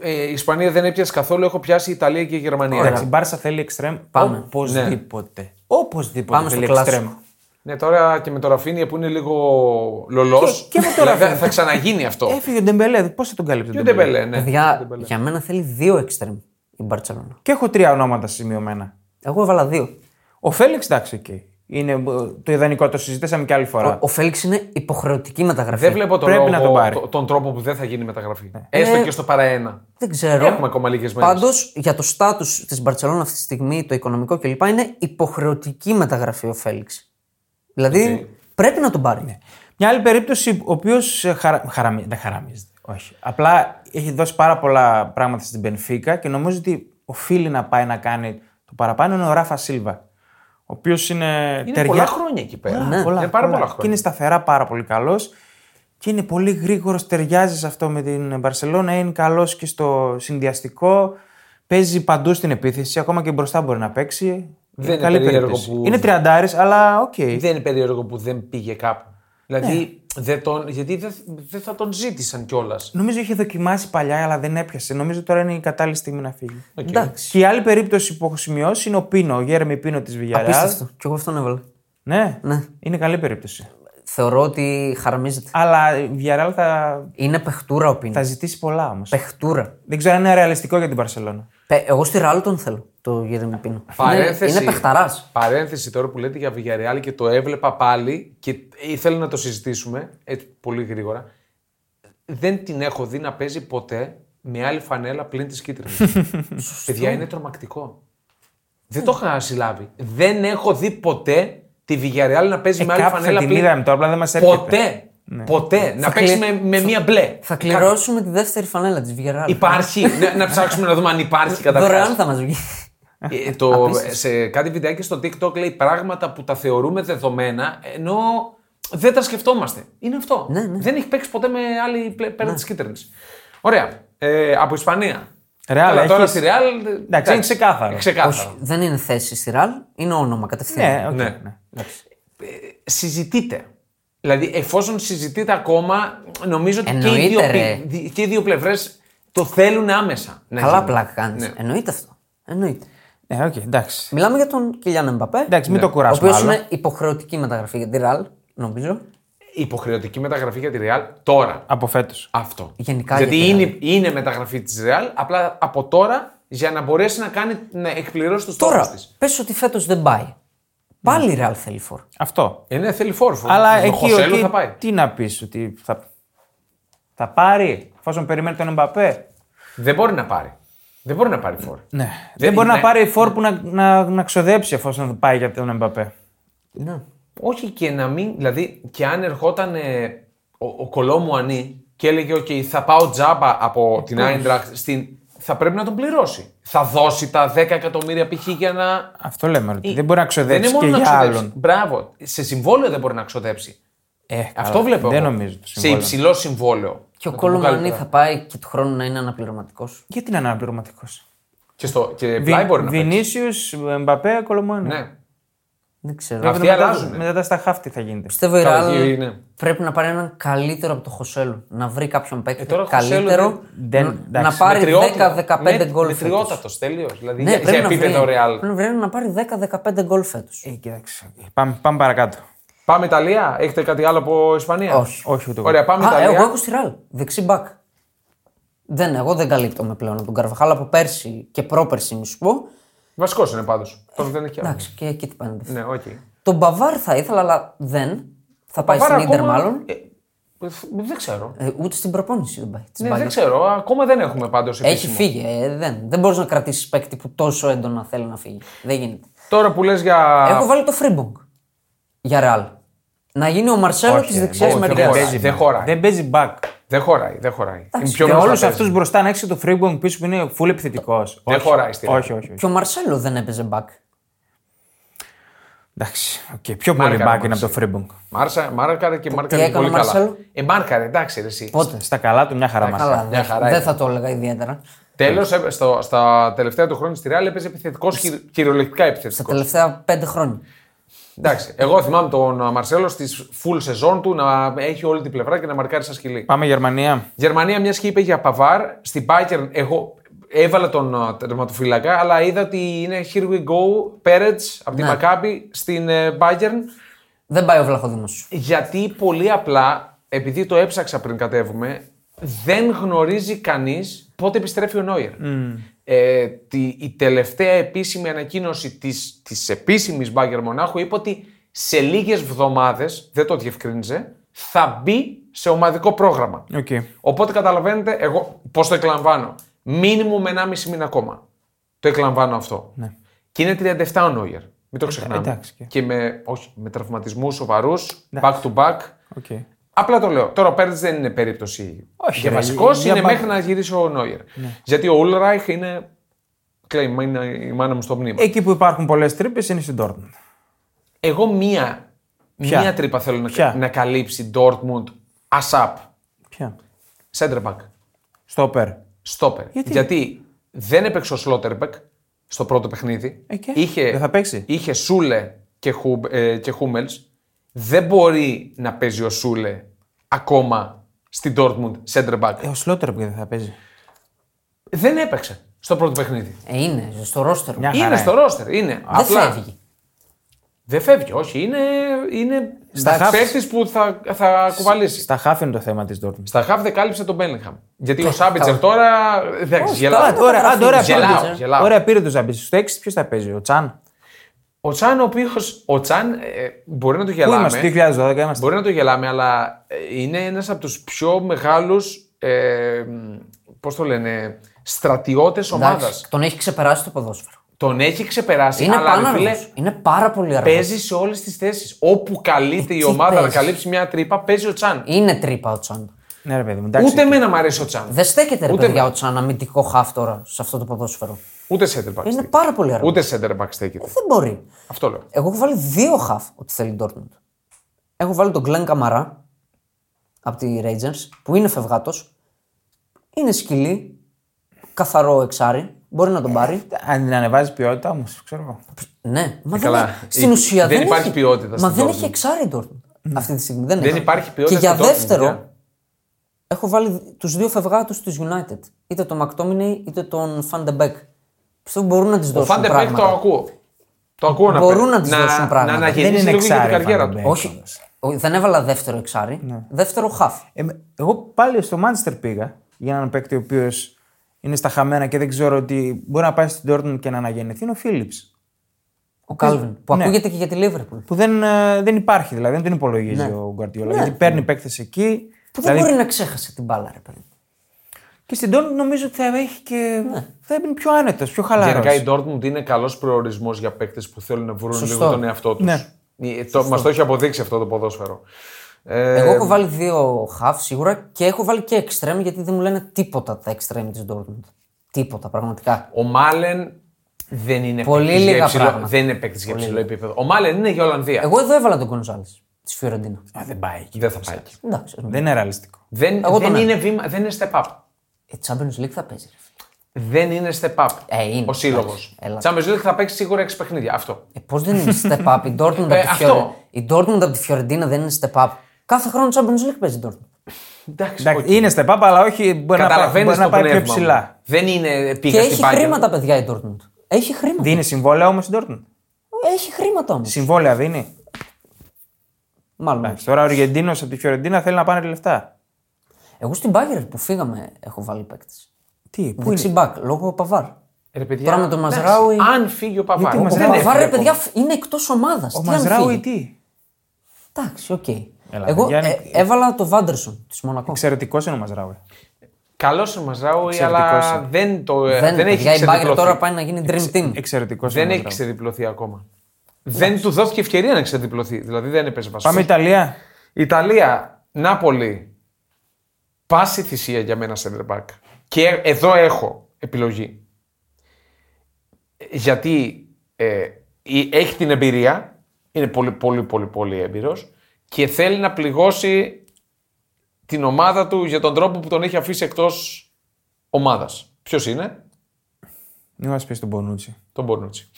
Ε, η Ισπανία δεν έπιασε καθόλου. Έχω πιάσει Ιταλία και Γερμανία. Εντάξει, η Μπάρσα θέλει εξτρέμ. Πάμε. Οπωσδήποτε. Οπωσδήποτε Πάμε στο θέλει κλάσικο. εξτρέμ. Ναι, τώρα και με το Ραφίνια που είναι λίγο λολός. Και- και με το Ραφίνια. Ε, θα ξαναγίνει αυτό. Έφυγε ο Ντεμπελέ. Πώς θα τον καλύπτει. Και τον ο Ντεμπελέ, ναι. Παιδιά, για μένα θέλει δύο extreme η Μπαρσελόνα. Και έχω τρία ονόματα σημειωμένα. Εγώ έβαλα δύο. Ο Φέληξ, εντάξει, εκεί. Είναι ε, το ιδανικό, το συζητήσαμε και άλλη φορά. Ο Φέληξ είναι υποχρεωτική μεταγραφή. Δεν βλέπω τον, Πρέπει λόγο, να τον πάρει. Ναι. Ε, το- τον τρόπο που δεν θα γίνει μεταγραφή. Έστω και στο παρά ένα. Δεν ξέρω. Έχουμε ακόμα λίγες μέρες. Πάντως, για το στάτους της Μπαρσελόνα αυτή τη στιγμή, το οικονομικό κλπ., είναι υποχρεωτική μεταγραφή ο Φέληξ. Δηλαδή, πρέπει να τον πάρει. Ναι. Μια άλλη περίπτωση, ο οποίος χαρα... χαραμι... δεν χαραμίζεται. Όχι. Απλά έχει δώσει πάρα πολλά πράγματα στην Πενφύκα και νομίζω ότι οφείλει να πάει να κάνει το παραπάνω είναι ο Ράφα Σίλβα. Ο οποίος είναι, Είναι ταιριά- Ναι, πολλά χρόνια εκεί πέρα. Πολλά, είναι πάρα πολλά, Και είναι χρόνια. σταθερά πάρα πολύ καλός. Και είναι πολύ γρήγορος, ταιριάζει σε αυτό με την Μπαρσελόνα. Είναι καλός και στο συνδυαστικό. Παίζει παντού στην επίθεση. Ακόμα και μπροστά μπορεί να παίξει. Δεν είναι περίεργο περίπτωση. που- Είναι τριαντάρης, αλλά οκ. Δεν είναι περίεργο που δεν πήγε κάπου. Δηλαδή Ναι. Δεν τον, γιατί δεν δεν θα τον ζήτησαν κιόλας. Νομίζω είχε δοκιμάσει παλιά, αλλά δεν έπιασε. Νομίζω τώρα είναι η κατάλληλη στιγμή να φύγει. Εντάξει. Και η άλλη περίπτωση που έχω σημειώσει είναι ο Πίνο, ο Γέρμι Πίνο της Βηγιαρά. Απίστευτο. Κι εγώ αυτόν έβαλα. Ναι. Ναι. είναι καλή περίπτωση. Θεωρώ ότι χαραμίζεται. Αλλά η Villarreal θα, Είναι παιχτούρα ο Πίνος. θα ζητήσει πολλά όμως. Παιχτούρα. Δεν ξέρω αν είναι ρεαλιστικό για την Παρσελόνα. Πε- Εγώ στη Ράλ τον θέλω, το Γερεμι Πίνο. Παρένθεση. Ναι, Είναι, είναι παιχταράς. Παρένθεση τώρα που λέτε για Villarreal και το έβλεπα πάλι και ήθελα να το συζητήσουμε έτσι, πολύ γρήγορα. Δεν την έχω δει να παίζει ποτέ με άλλη φανέλα πλην της κίτρινης. Παιδιά, είναι τρομακτικό. Δεν το είχα συλλάβει. Δεν έχω δει ποτέ τη Villarreal να παίζει Ε, με άλλη κάπου θα φανέλα την πλην. είδαμε τώρα, απλά δεν μας έρχεται. Ποτέ. Ποτέ. Να Θα παίξει κλε- με, με μία μπλε. Θα κληρώσουμε τη δεύτερη φανέλα της Βιγεράλ. Υπάρχει. να, να ψάξουμε να δούμε αν υπάρχει Δωρεάν καταρχάς. θα μας βγει. Ε, το, σε κάτι βιντεάκι στο TikTok λέει πράγματα που τα θεωρούμε δεδομένα, ενώ δεν τα σκεφτόμαστε. Είναι αυτό. Ναι, Δεν έχει παίξει ποτέ με άλλη πλε- πέρα της κίτρινης. Ωραία. Ε, από Ισπανία. Ρεάλ, Καλά, τώρα έχεις- στη Ρεάλ. ε, είναι ξεκάθαρο. ξεκάθαρο. Δεν είναι θέση στη Ράλ, είναι όνομα κατευθείαν. Ναι, οκ, Ναι. ναι. συζητείτε. Δηλαδή, εφόσον συζητείτε ακόμα, νομίζω ότι και οι, Εννοείται, δύο, ρε. πι- και οι δύο πλευρές το θέλουν άμεσα. να Καλά γίνει. πλάκα κάνεις. Ναι. Εννοείται αυτό. Εννοείται. Ναι, οκ, εντάξει. Μιλάμε για τον Κιλιάν Εμπαπέ. Εντάξει, Ναι. μην το ο κουράσουμε. οποίος άλλο. είναι υποχρεωτική μεταγραφή για τη Ραλ, νομίζω. Υποχρεωτική μεταγραφή για τη Ρεάλ τώρα. Από φέτος. Αυτό. Γενικά Γιατί για τη είναι, είναι μεταγραφή της Ρεάλ, απλά από τώρα για να μπορέσει να, κάνει, να εκπληρώσει τους στόχους Τώρα, της. πες ότι φέτος δεν πάει. Πάλι Ναι. η Ραλ θέλει φόρ. Αυτό. Ε, ναι, θέλει φόρφο. Αλλά Ο εκεί, Χωσέλου εκεί θα πάει. τι να πεις, ότι θα, θα πάρει, εφόσον περιμένει τον Εμπαπέ. Δεν μπορεί να πάρει. Δεν μπορεί να πάρει φόρ. Ναι. Δεν, μπορεί ναι. να πάρει φόρ που να, να, να ξοδέψει εφόσον πάει για τον Εμπαπέ. Ναι. Όχι και να μην. Δηλαδή, και αν ερχόταν ε, ο, ο Κολόμουανί και έλεγε: OK, θα πάω τζάμπα από την Άιντραχτ στην. Θα πρέπει να τον πληρώσει. Θα δώσει τα 10 εκατομμύρια π.χ. για να. Αυτό λέμε. Ότι δεν μπορεί να Ε, Δεν είναι ξοδέψει και μόνο να για ξοδέψει. άλλον. Μπράβο. Σε συμβόλαιο δεν μπορεί να ξοδέψει. Ε, Αυτό καλά, βλέπω. Δεν εγώ. νομίζω. Το Σε συμβόλαιο. υψηλό συμβόλαιο. Και Να το ο πω Κόλομανί καλύτερα. θα πάει και του χρόνου να είναι αναπληρωματικός. Γιατί είναι αναπληρωματικός. Και, στο, και πλάι μπορεί να παίξει. Βινίσιους, Εμπαπέ, Κολομόνι. Ναι. Δεν ξέρω. Αυτή- Αυτοί μετά, αλλάζουνε. μετά τα στα χάφτη θα γίνεται. Πιστεύω η Καλά, ναι. Ραλ εκεί είναι. πρέπει να πάρει έναν καλύτερο από το Χωσέλου. Να βρει κάποιον παίκτη Ε, τώρα ο Χωσέλου καλύτερο. δεν- ν- εντάξει, να πάρει Μετριότητα. 10-15 Με- γκολ φέτος. Μετριότατος τέλειω. Ναι, Δηλαδή Ναι, για, πρέπει, για να βρει, επίπεδο ρεάλ. πρέπει να βρει να πάρει 10-15 γκολ φέτος. Ε, κοίταξε. Πάμε, πάμε παρακάτω. Πάμε Ιταλία. Έχετε κάτι άλλο από Ισπανία. Όχι. Όχι ούτε εγώ. Ωραία, πάμε Α, Ιταλία. εγώ έχω στη ραλ. Δεξί μπακ. Δεν, εγώ δεν καλύπτομαι πλέον τον Καρβαχάλ από πέρσι και πρόπερσι, μη σου πω. Βασικός είναι πάντως. Τώρα δεν έχει άλλο. Εντάξει, και εκεί τι πάνε. Ναι, οκ. Τον Μπαβάρ θα ήθελα, αλλά δεν. Θα πάει Βάρα στην ντερ, ακόμα- μάλλον. Ε, ε, δεν ξέρω. Ε, ούτε στην προπόνηση δεν πάει. της Ναι, Bayern. δεν ξέρω. Ακόμα δεν έχουμε πάντως Έχει φύγει. Ε, δεν δεν μπορείς να κρατήσεις παίκτη που τόσο έντονα θέλει να φύγει. Δεν γίνεται. Τώρα που λες για. Έχω βάλει το Φρίμπονγκ για ρεάλ. Να γίνει ο Μαρσέλο Όχι, της ε, δεξιάς όχι, μεριά. δεν χωράει, Δεν παίζει δεν back. χωράει. Δεν παίζει back. Δεν χωράει. Δεν χωράει. Είναι Και πιο γνωστά όλου παίζει. αυτούς μπροστά να έχεις και το Freeborn πίσω που είναι full επιθετικός. Δεν χωράει στη Όχι, όχι. όχι. Και ο Μαρσέλο δεν έπαιζε back. Εντάξει. Okay. Πιο πολύ Μάρκαρα, back είναι από το Freeborg. Μάρσα, μάρκαρε και μάρκαρε έκανε πολύ ο καλά. Μαρσέλο? Ε, μάρκαρε, εντάξει, ρε, εσύ. Πότε. Στα καλά του μια χαρά μα. Καλά, μια δεν χαρά δεν ήταν. θα το έλεγα ιδιαίτερα. Τέλος, στα τελευταία του χρόνια στη Ρεάλ έπαιζε επιθετικός, κυριολεκτικά Τα επιθετικό. τελευταία πέντε χρόνια. Εντάξει, εγώ θυμάμαι τον ε, Μαρσέλο στη full σεζόν του να έχει όλη την πλευρά και να μαρκάρει σαν σκυλί. Πάμε Γερμανία. Γερμανία, μιας και είπε για Παβάρ, στην Bayern εγώ έβαλα τον α, τερματοφύλακα, αλλά είδα ότι είναι here we go, Πέρετς από τη Ναι. Μακάμπη στην ε, Bayern, Δεν πάει ο Βλαχοδήμος. γιατί πολύ απλά, επειδή το έψαξα πριν κατέβουμε, δεν γνωρίζει κανείς πότε επιστρέφει ο Νόιερ. Ε, τη, η τελευταία επίσημη ανακοίνωση της, της επίσημης Bayern Μονάχου είπε ότι σε λίγες βδομάδες, δεν το διευκρίνιζε, θα μπει σε ομαδικό πρόγραμμα. Okay. Οπότε καταλαβαίνετε εγώ πώς το εκλαμβάνω. Μήνυμου με 1,5 μήνα ακόμα. Το εκλαμβάνω αυτό. Και είναι 37 ο Νόιερ. Μην το ξεχνάμε. Ναι. Ε, εντάξει και. Ναι. Και με, όχι, με τραυματισμούς σοβαρούς, back to back. Okay. Απλά το λέω. Τώρα ο Πέρτ δεν είναι περίπτωση. Όχι, Για ρε, βασικό για Ναι. είναι back. μέχρι να γυρίσει ο Νόιερ. Γιατί ο Ούλραϊχ είναι. Κλαίει, είναι η μάνα μου στο μνήμα. Εκεί που υπάρχουν πολλές τρύπες είναι στην Dortmund. Εγώ μία, Ποια? μία τρύπα θέλω να, Ποια? να καλύψει Dortmund ASAP. Ποια. Ε, Center back. Στο Περ. Στόπερ. Γιατί? δεν έπαιξε ο Σλότερμπεκ στο πρώτο παιχνίδι. Ε, και? είχε, Δεν θα παίξει. Είχε Σούλε και, Χου, ε, και Χούμελς. Δεν μπορεί να παίζει ο Σούλε ακόμα στην Dortmund center back. Ε, ο Σλότερ δεν θα παίζει. Δεν έπαιξε στο πρώτο παιχνίδι. Ε, είναι στο ρόστερ. Μια- Δεν χαρά Είναι είναι. στο ρόστερ. Είναι. Απλά φεύγει. Δεν φεύγει, όχι. Είναι, είναι Στα χαφ. παίκτης που θα, θα κουβαλήσει. Στα χάφη είναι το θέμα της Dortmund. Στα χαφ δεν κάλυψε τον Μπέλιγχαμ. Ε, Γιατί ο Σάμπιτσερ τώρα. Εντάξει, Όχι, γελάω. τώρα- Τώρα, Γελάω, άντε, ωραία, γελάω, πήρε το- γελάω. ωραία, πήρε το Ζαμπίτσι. Στο 6 ποιος θα παίζει, ο Τσάν. Ο Τσάν, ο οποίος. Ο Τσάν ε, μπορεί να το Πού γελάμε. είμαστε, 2012 είμαστε. Μπορεί να το γελάμε, αλλά ε, είναι ένας από τους πιο μεγάλους. Ε, Πώς το λένε, στρατιώτες ομάδα. Εντάξει, Τον έχει ξεπεράσει το ποδόσφαιρο. Τον έχει ξεπεράσει. Είναι αλλά, ρε πάνω φίλε, αργός. Είναι πάρα πολύ αργός. παίζει σε όλες τις θέσεις. Όπου καλείται η τι ομάδα να παίζεις. καλύψει μια τρύπα, παίζει ο Τσάν. Είναι τρύπα ο Τσάν. Ναι, ρε παιδί μου, εντάξει. Ούτε εμένα μου αρέσει ο Τσάν. Δεν στέκεται ρε Ούτε παιδιά ο Τσάν αμυντικό χάφ τώρα σε αυτό το ποδόσφαιρο. Ούτε center back. Είναι στέκεται. πάρα πολύ αργός. Ούτε center back στέκεται. Δεν μπορεί. Αυτό λέω. Εγώ έχω βάλει δύο χαφ ότι θέλει η Dortmund. Έχω βάλει τον Glenn Καμαρά από τη Rangers που είναι φευγάτος. Είναι σκυλή. Καθαρό εξάρι. Μπορεί να τον πάρει. Αν την ανεβάζεις ποιότητα όμως, ξέρω εγώ. Ναι, μα Ε, καλά. δεν, στην ουσία Δεν δεν, υπάρχει έχει, ποιότητα Μα στην δεν Dortmund. έχει εξάρι η Dortmund. Αυτή τη στιγμή δεν, έχει. υπάρχει ποιότητα Και για στην Dortmund, δεύτερο, παιδιά. έχω βάλει τους δύο φευγάτους της United. Είτε τον McTominay είτε τον Van de Beek. Πιστεύω μπορούν να τη Ο δώσουν. Φάντερ Μπέκ πράγματα. το ακούω. Το ακούω να Μπορούν παί- να της δώσουν πράγματα. Να Δεν Δεν αναγεννήσει είναι λίγο και την εξάρι. καριέρα Van de του. Beek. Όχι. όχι, Δεν έβαλα δεύτερο εξάρι. Δεύτερο χαφ. Ε, με- εγώ πάλι στο Μάντσεστερ πήγα για έναν παίκτη ο οποίος είναι στα χαμένα και δεν ξέρω ότι μπορεί να πάει στην Dortmund και να αναγεννηθεί. Είναι ο Φίλιπ. Ο Κάλβιν. Που Ναι. ακούγεται και για τη Λίβερπουλ. Που δεν, ε, δεν υπάρχει δηλαδή, δεν τον υπολογίζει ο Γκουαρδιόλα. Γιατί παίρνει παίκτες εκεί. Που δεν δηλαδή, μπορεί να ξέχασε την μπάλα, ρε παιδί. Και στην Dortmund νομίζω ότι θα έχει και. Ναι. θα είναι πιο άνετος, πιο χαλαρός. Γενικά η Dortmund είναι καλός προορισμός για παίκτες που θέλουν να βρουν λίγο Σωστό. τον εαυτό τους. Ναι. Μας το έχει αποδείξει αυτό το ποδόσφαιρο. Ε, Εγώ έχω βάλει δύο χαφ σίγουρα και έχω βάλει και εξτρέμ γιατί δεν μου λένε τίποτα τα εξτρέμ της Dortmund. Τίποτα, πραγματικά. Ο Μάλεν δεν είναι Πολύ παίκτης για λίγα υψηλό- πράγματα. Δεν είναι παίκτης για υψηλό επίπεδο. Ο Μάλεν είναι για Ολλανδία. Εγώ εδώ έβαλα τον Κονζάλη τη Φιωρεντίνα. Α, δεν πάει εκεί. Δεν θα πάει. εκεί. Εντάξει. ας μην- Δεν είναι ρεαλιστικό. Δεν, Εγώ δεν τον είναι βήμα, δεν είναι step up. Η Champions League θα παίζει. Ρε. φίλε. Δεν είναι step up. Ε, είναι. Ο σύλλογος. Εντάξει, έλα. Champions League θα παίξει σίγουρα 6 παιχνίδια. Αυτό. Ε, Πώς δεν είναι step up, η Dortmund, Ε, από τη αυτό. Φιωρε- η Dortmund από τη Φιωρεντίνα δεν είναι step up. Κάθε χρόνο Champions League παίζει η Dortmund. Εντάξει, οκ. Εντάξει, είναι step up, αλλά όχι μπορεί να πάει, Καταλαβαίνεις μπορεί να το πάει πιο πνεύμα μου. ψηλά. Δεν είναι πήγα Και στην έχει Bayern. χρήματα, παιδιά, η Dortmund. Έχει χρήματα. Δίνει συμβόλαια όμως η Dortmund. Έχει χρήματα όμως. Συμβόλαια δίνει. Ε. Μάλλον. Εντάξει, Τώρα ο Αργεντίνος από τη Φιωρεντίνα θέλει να πάνε λεφτά. Εγώ στην Bayern που φύγαμε έχω βάλει παίκτη. Τι, πού είναι. Δεξιμπάκ, λόγω Παβάρ. Ρε, παιδιά, Τώρα με τον εντάξει, Μαζράουι. Αν φύγει ο Παβάρ. Γιατί ο δεν Ο Μαζράουι- έφυγε Παβάρ, ρε ακόμα. παιδιά, είναι εκτός ομάδας. Ο Μαζράουι τι. Εντάξει, οκ. Έλα, Εγώ Γιάννη, ε, έβαλα το Βάντερσον της Μονακό. Εξαιρετικός είναι ο Μαζράουι. Καλός ο Μαζράουι, Εξαιρετικός αλλά είναι. δεν το. ε, Δεν, Δεν, δεν έχει η Μπάγκερ ξεδιπλωθεί. τώρα πάει να γίνει Dream Team. Εξαιρετικό Δεν έχει ξεδιπλωθεί ακόμα. Δεν του δόθηκε ευκαιρία να ξεδιπλωθεί. Δηλαδή δεν έπαιζε βασικό. Πάμε Ιταλία. Ιταλία, Νάπολη. Πάση θυσία για μένα center back. Και εδώ έχω επιλογή. Γιατί ε, η- έχει την εμπειρία, είναι πολύ πολύ πολύ πολύ έμπειρος και θέλει να πληγώσει την ομάδα του για τον τρόπο που τον έχει αφήσει εκτός ομάδας. Ποιος είναι? Μην μας πεις τον Μπονούτσι. Τον Μπορνούτσι.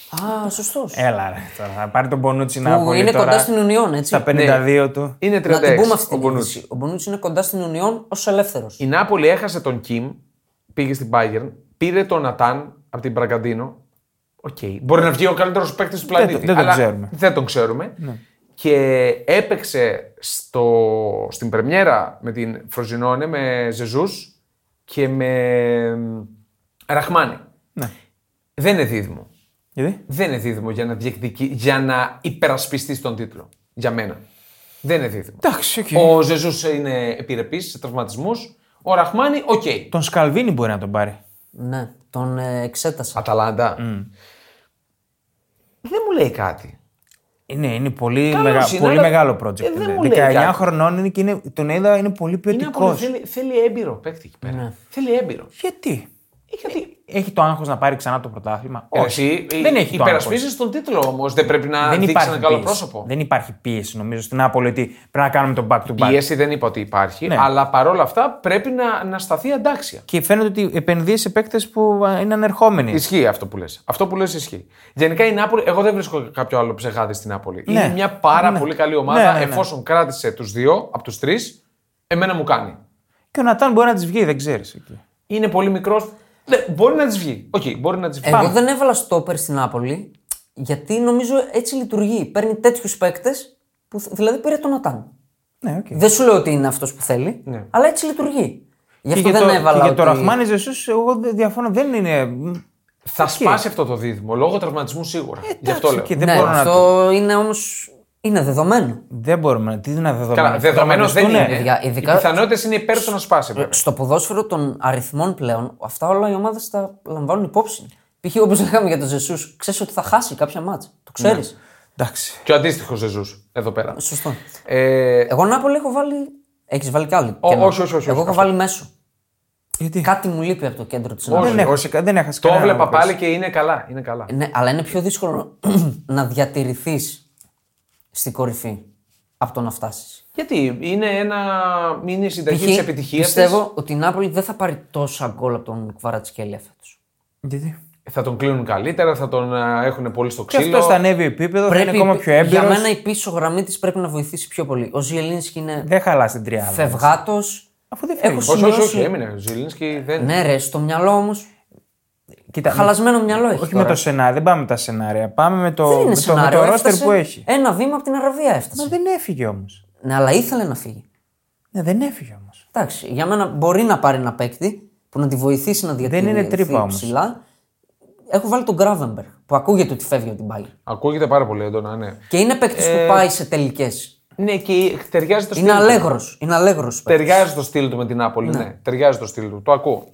Α, σωστός. Έλα ρε. Τώρα θα πάρει τον Μπονούτσι Ε, να Που βγει είναι τώρα κοντά στην Ουνιόν, έτσι. Στα Ναι. 52 του. Είναι 36 Να την πούμε ο αυτή την Μπονούτσι. είδηση. Ο Μπονούτσι είναι κοντά στην Ουνιόν ως ελεύθερος. Η Νάπολη έχασε τον Κιμ, πήγε στην Bayern, πήρε τον Νατάν από την Μπραγκαντίνο. Οκ. Μπορεί να βγει ο καλύτερος παίκτης του πλανήτη. το- δεν τον αλλά ξέρουμε. Ναι. Δεν τον ξέρουμε. Και έπαιξε στο, στην πρεμιέρα με την Φροζινόνε, με Ζεζούς και με Ραχμάνη. Ναι. Δεν είναι δίδυμο. Γιατί. Δεν είναι δίδυμο για να, διεκδικεί, για να υπερασπιστεί τον τίτλο. Για μένα. Δεν είναι δίδυμο. Εντάξει, οκ. Ο Ζεζούς είναι επιρρεπής σε τραυματισμούς. Ο Ραχμάνι, οκ. Τον Σκαλβίνη μπορεί να τον πάρει. Ναι, τον ε, εξέτασα. Αταλάντα. Δεν μου λέει κάτι. Είναι, Ναι, είναι πολύ, Καλός μεγα... είναι, πολύ αλλά- μεγάλο Ε, project. δεν είναι. μου λέει 19 κάτι. χρονών είναι και είναι, τον είδα είναι πολύ Είναι ποιοτικό. από- θέλει, θέλει έμπειρο παίκτη εκεί πέρα. Ναι. Θέλει έμπειρο. Γιατί. Ε, Γιατί. Έχει το άγχος να πάρει ξανά το πρωτάθλημα. Ε, Εσύ, δεν έχει Ε, το άγχος. Υπερασπίζεις τον τίτλο όμως. Δεν πρέπει να Δεν δείξεις υπάρχει, ένα καλό πίεση. πρόσωπο. δεν υπάρχει πίεση νομίζω στην Άπολη ότι πρέπει να κάνουμε τον back to back. Πίεση δεν είπα ότι υπάρχει, Ναι. αλλά παρόλα αυτά πρέπει να, να σταθεί αντάξια. Και φαίνεται ότι επενδύεις σε παίκτες που α, είναι ανερχόμενοι. Ισχύει αυτό που λες. Αυτό που λες ισχύει. Γενικά η Νάπολη, εγώ δεν βρίσκω κάποιο άλλο ψεγάδι στην Νάπολη. Ναι. Είναι μια πάρα Ναι. πολύ καλή ομάδα Ναι, ναι, ναι. εφόσον κράτησε τους δύο από τους τρεις εμένα μου κάνει. Και ο Νατάν μπορεί να τη βγει, δεν ξέρεις εκεί. Είναι πολύ μικρός. μπορεί να της βγει. Οκ, μπορεί να της βγει. Εγώ Πάμε. δεν έβαλα στόπερ στην Νάπολη γιατί νομίζω έτσι λειτουργεί. Παίρνει τέτοιους παίκτες που. θ- Δηλαδή πήρε τον Ατάν. Ναι, οκ. Δεν σου λέω ότι είναι αυτός που θέλει, αλλά έτσι λειτουργεί. Γι' Ναι. Και αυτό για δεν το, έβαλα. και για το ότι- Ραχμάνι Ζεσού, εγώ δεν διαφωνώ. Δεν είναι. Θα σπάσει αυτό το δίδυμο λόγω τραυματισμού σίγουρα. Γι' αυτό Εντάξει, λέω. και δεν, ναι, μπορώ να... το- αυτό είναι όμως. είναι δεδομένο. δεν μπορούμε να. ναι. Τι είναι δεδομένο. Καλά, δεδομένο δεν Τραυματιστούνε. είναι. παιδιά, ειδικά- Οι πιθανότητες είναι υπέρ του να σπάσει. Ναι. βέβαια. Στο ποδόσφαιρο των αριθμών πλέον, αυτά όλα οι ομάδες τα λαμβάνουν υπόψη. Π.χ. όπως λέγαμε για τον Ζεσούς, ξέρεις ότι θα χάσει κάποια μάτσα. Το Ναι. ξέρεις. Εντάξει. Και ο αντίστοιχο Ζεζού εδώ πέρα. Σωστό. Ε, Εγώ Νάπολη έχω βάλει. Έχεις βάλει κι άλλη. κενό. όχι, όχι, όχι, Εγώ όχι, έχω βάλει μέσο. Γιατί. Κάτι μου λείπει από το κέντρο της Όχι. Νάπολης. Δεν, έχασε, κα- δεν έχασε το κανένα έβλεπα να πες. πάλι και είναι καλά. Είναι καλά. Ναι, αλλά είναι πιο δύσκολο να διατηρηθείς στην κορυφή από το να φτάσεις. Γιατί είναι, ένα, είναι η συνταγή τη επιτυχίας. πιστεύω ότι η Νάπολη δεν θα πάρει τόσα γκολ από τον Κβαρατσχέλια φέτος. Γιατί. Θα τον κλείνουν καλύτερα, θα τον έχουν πολύ στο Και ξύλο. αυτό θα ανέβει επίπεδος, θα είναι ακόμα πιο έμπειρος. για μένα η πίσω γραμμή της πρέπει να βοηθήσει πιο πολύ. Ο Ζιελίνσκι είναι Δεν χαλά την τριάδα. φευγάτος. Αφού δεν Έχω Όχι, φεύγει. όχι, όχι, σημειώσει- έμεινε. Ο Ζηλίνσκι δεν. Ναι, ρε, στο μυαλό όμως. Κοίτα, Χαλασμένο μυαλό έχεις. Όχι τώρα. με το σενάριο, δεν πάμε με τα σενάρια. Πάμε με το, Δεν είναι με το, με σενάριο. το ρόστερ έφτασε που έχει. Ένα βήμα από την Αραβία έφτασε. Μα δεν έφυγε όμως. Ναι, αλλά ήθελε να φύγει. Ναι, δεν έφυγε όμως. Εντάξει, για μένα μπορεί να πάρει ένα παίκτη που να τη βοηθήσει να διατηρηθεί είναι τρύπα όμως. ψηλά. Έχω βάλει τον Γκράβενμπεργκ που ακούγεται ότι φεύγει από την πάλι. Ακούγεται πάρα πολύ έντονα, ναι. Και είναι παίκτης Ε, που πάει σε τελικές. Ναι, και ταιριάζει το στυλ Είναι του. αλέγρος. Είναι αλέγρος. Ταιριάζει το στυλ του με την Νάπολη. Ναι. ταιριάζει το στυλ του. Το ακούω.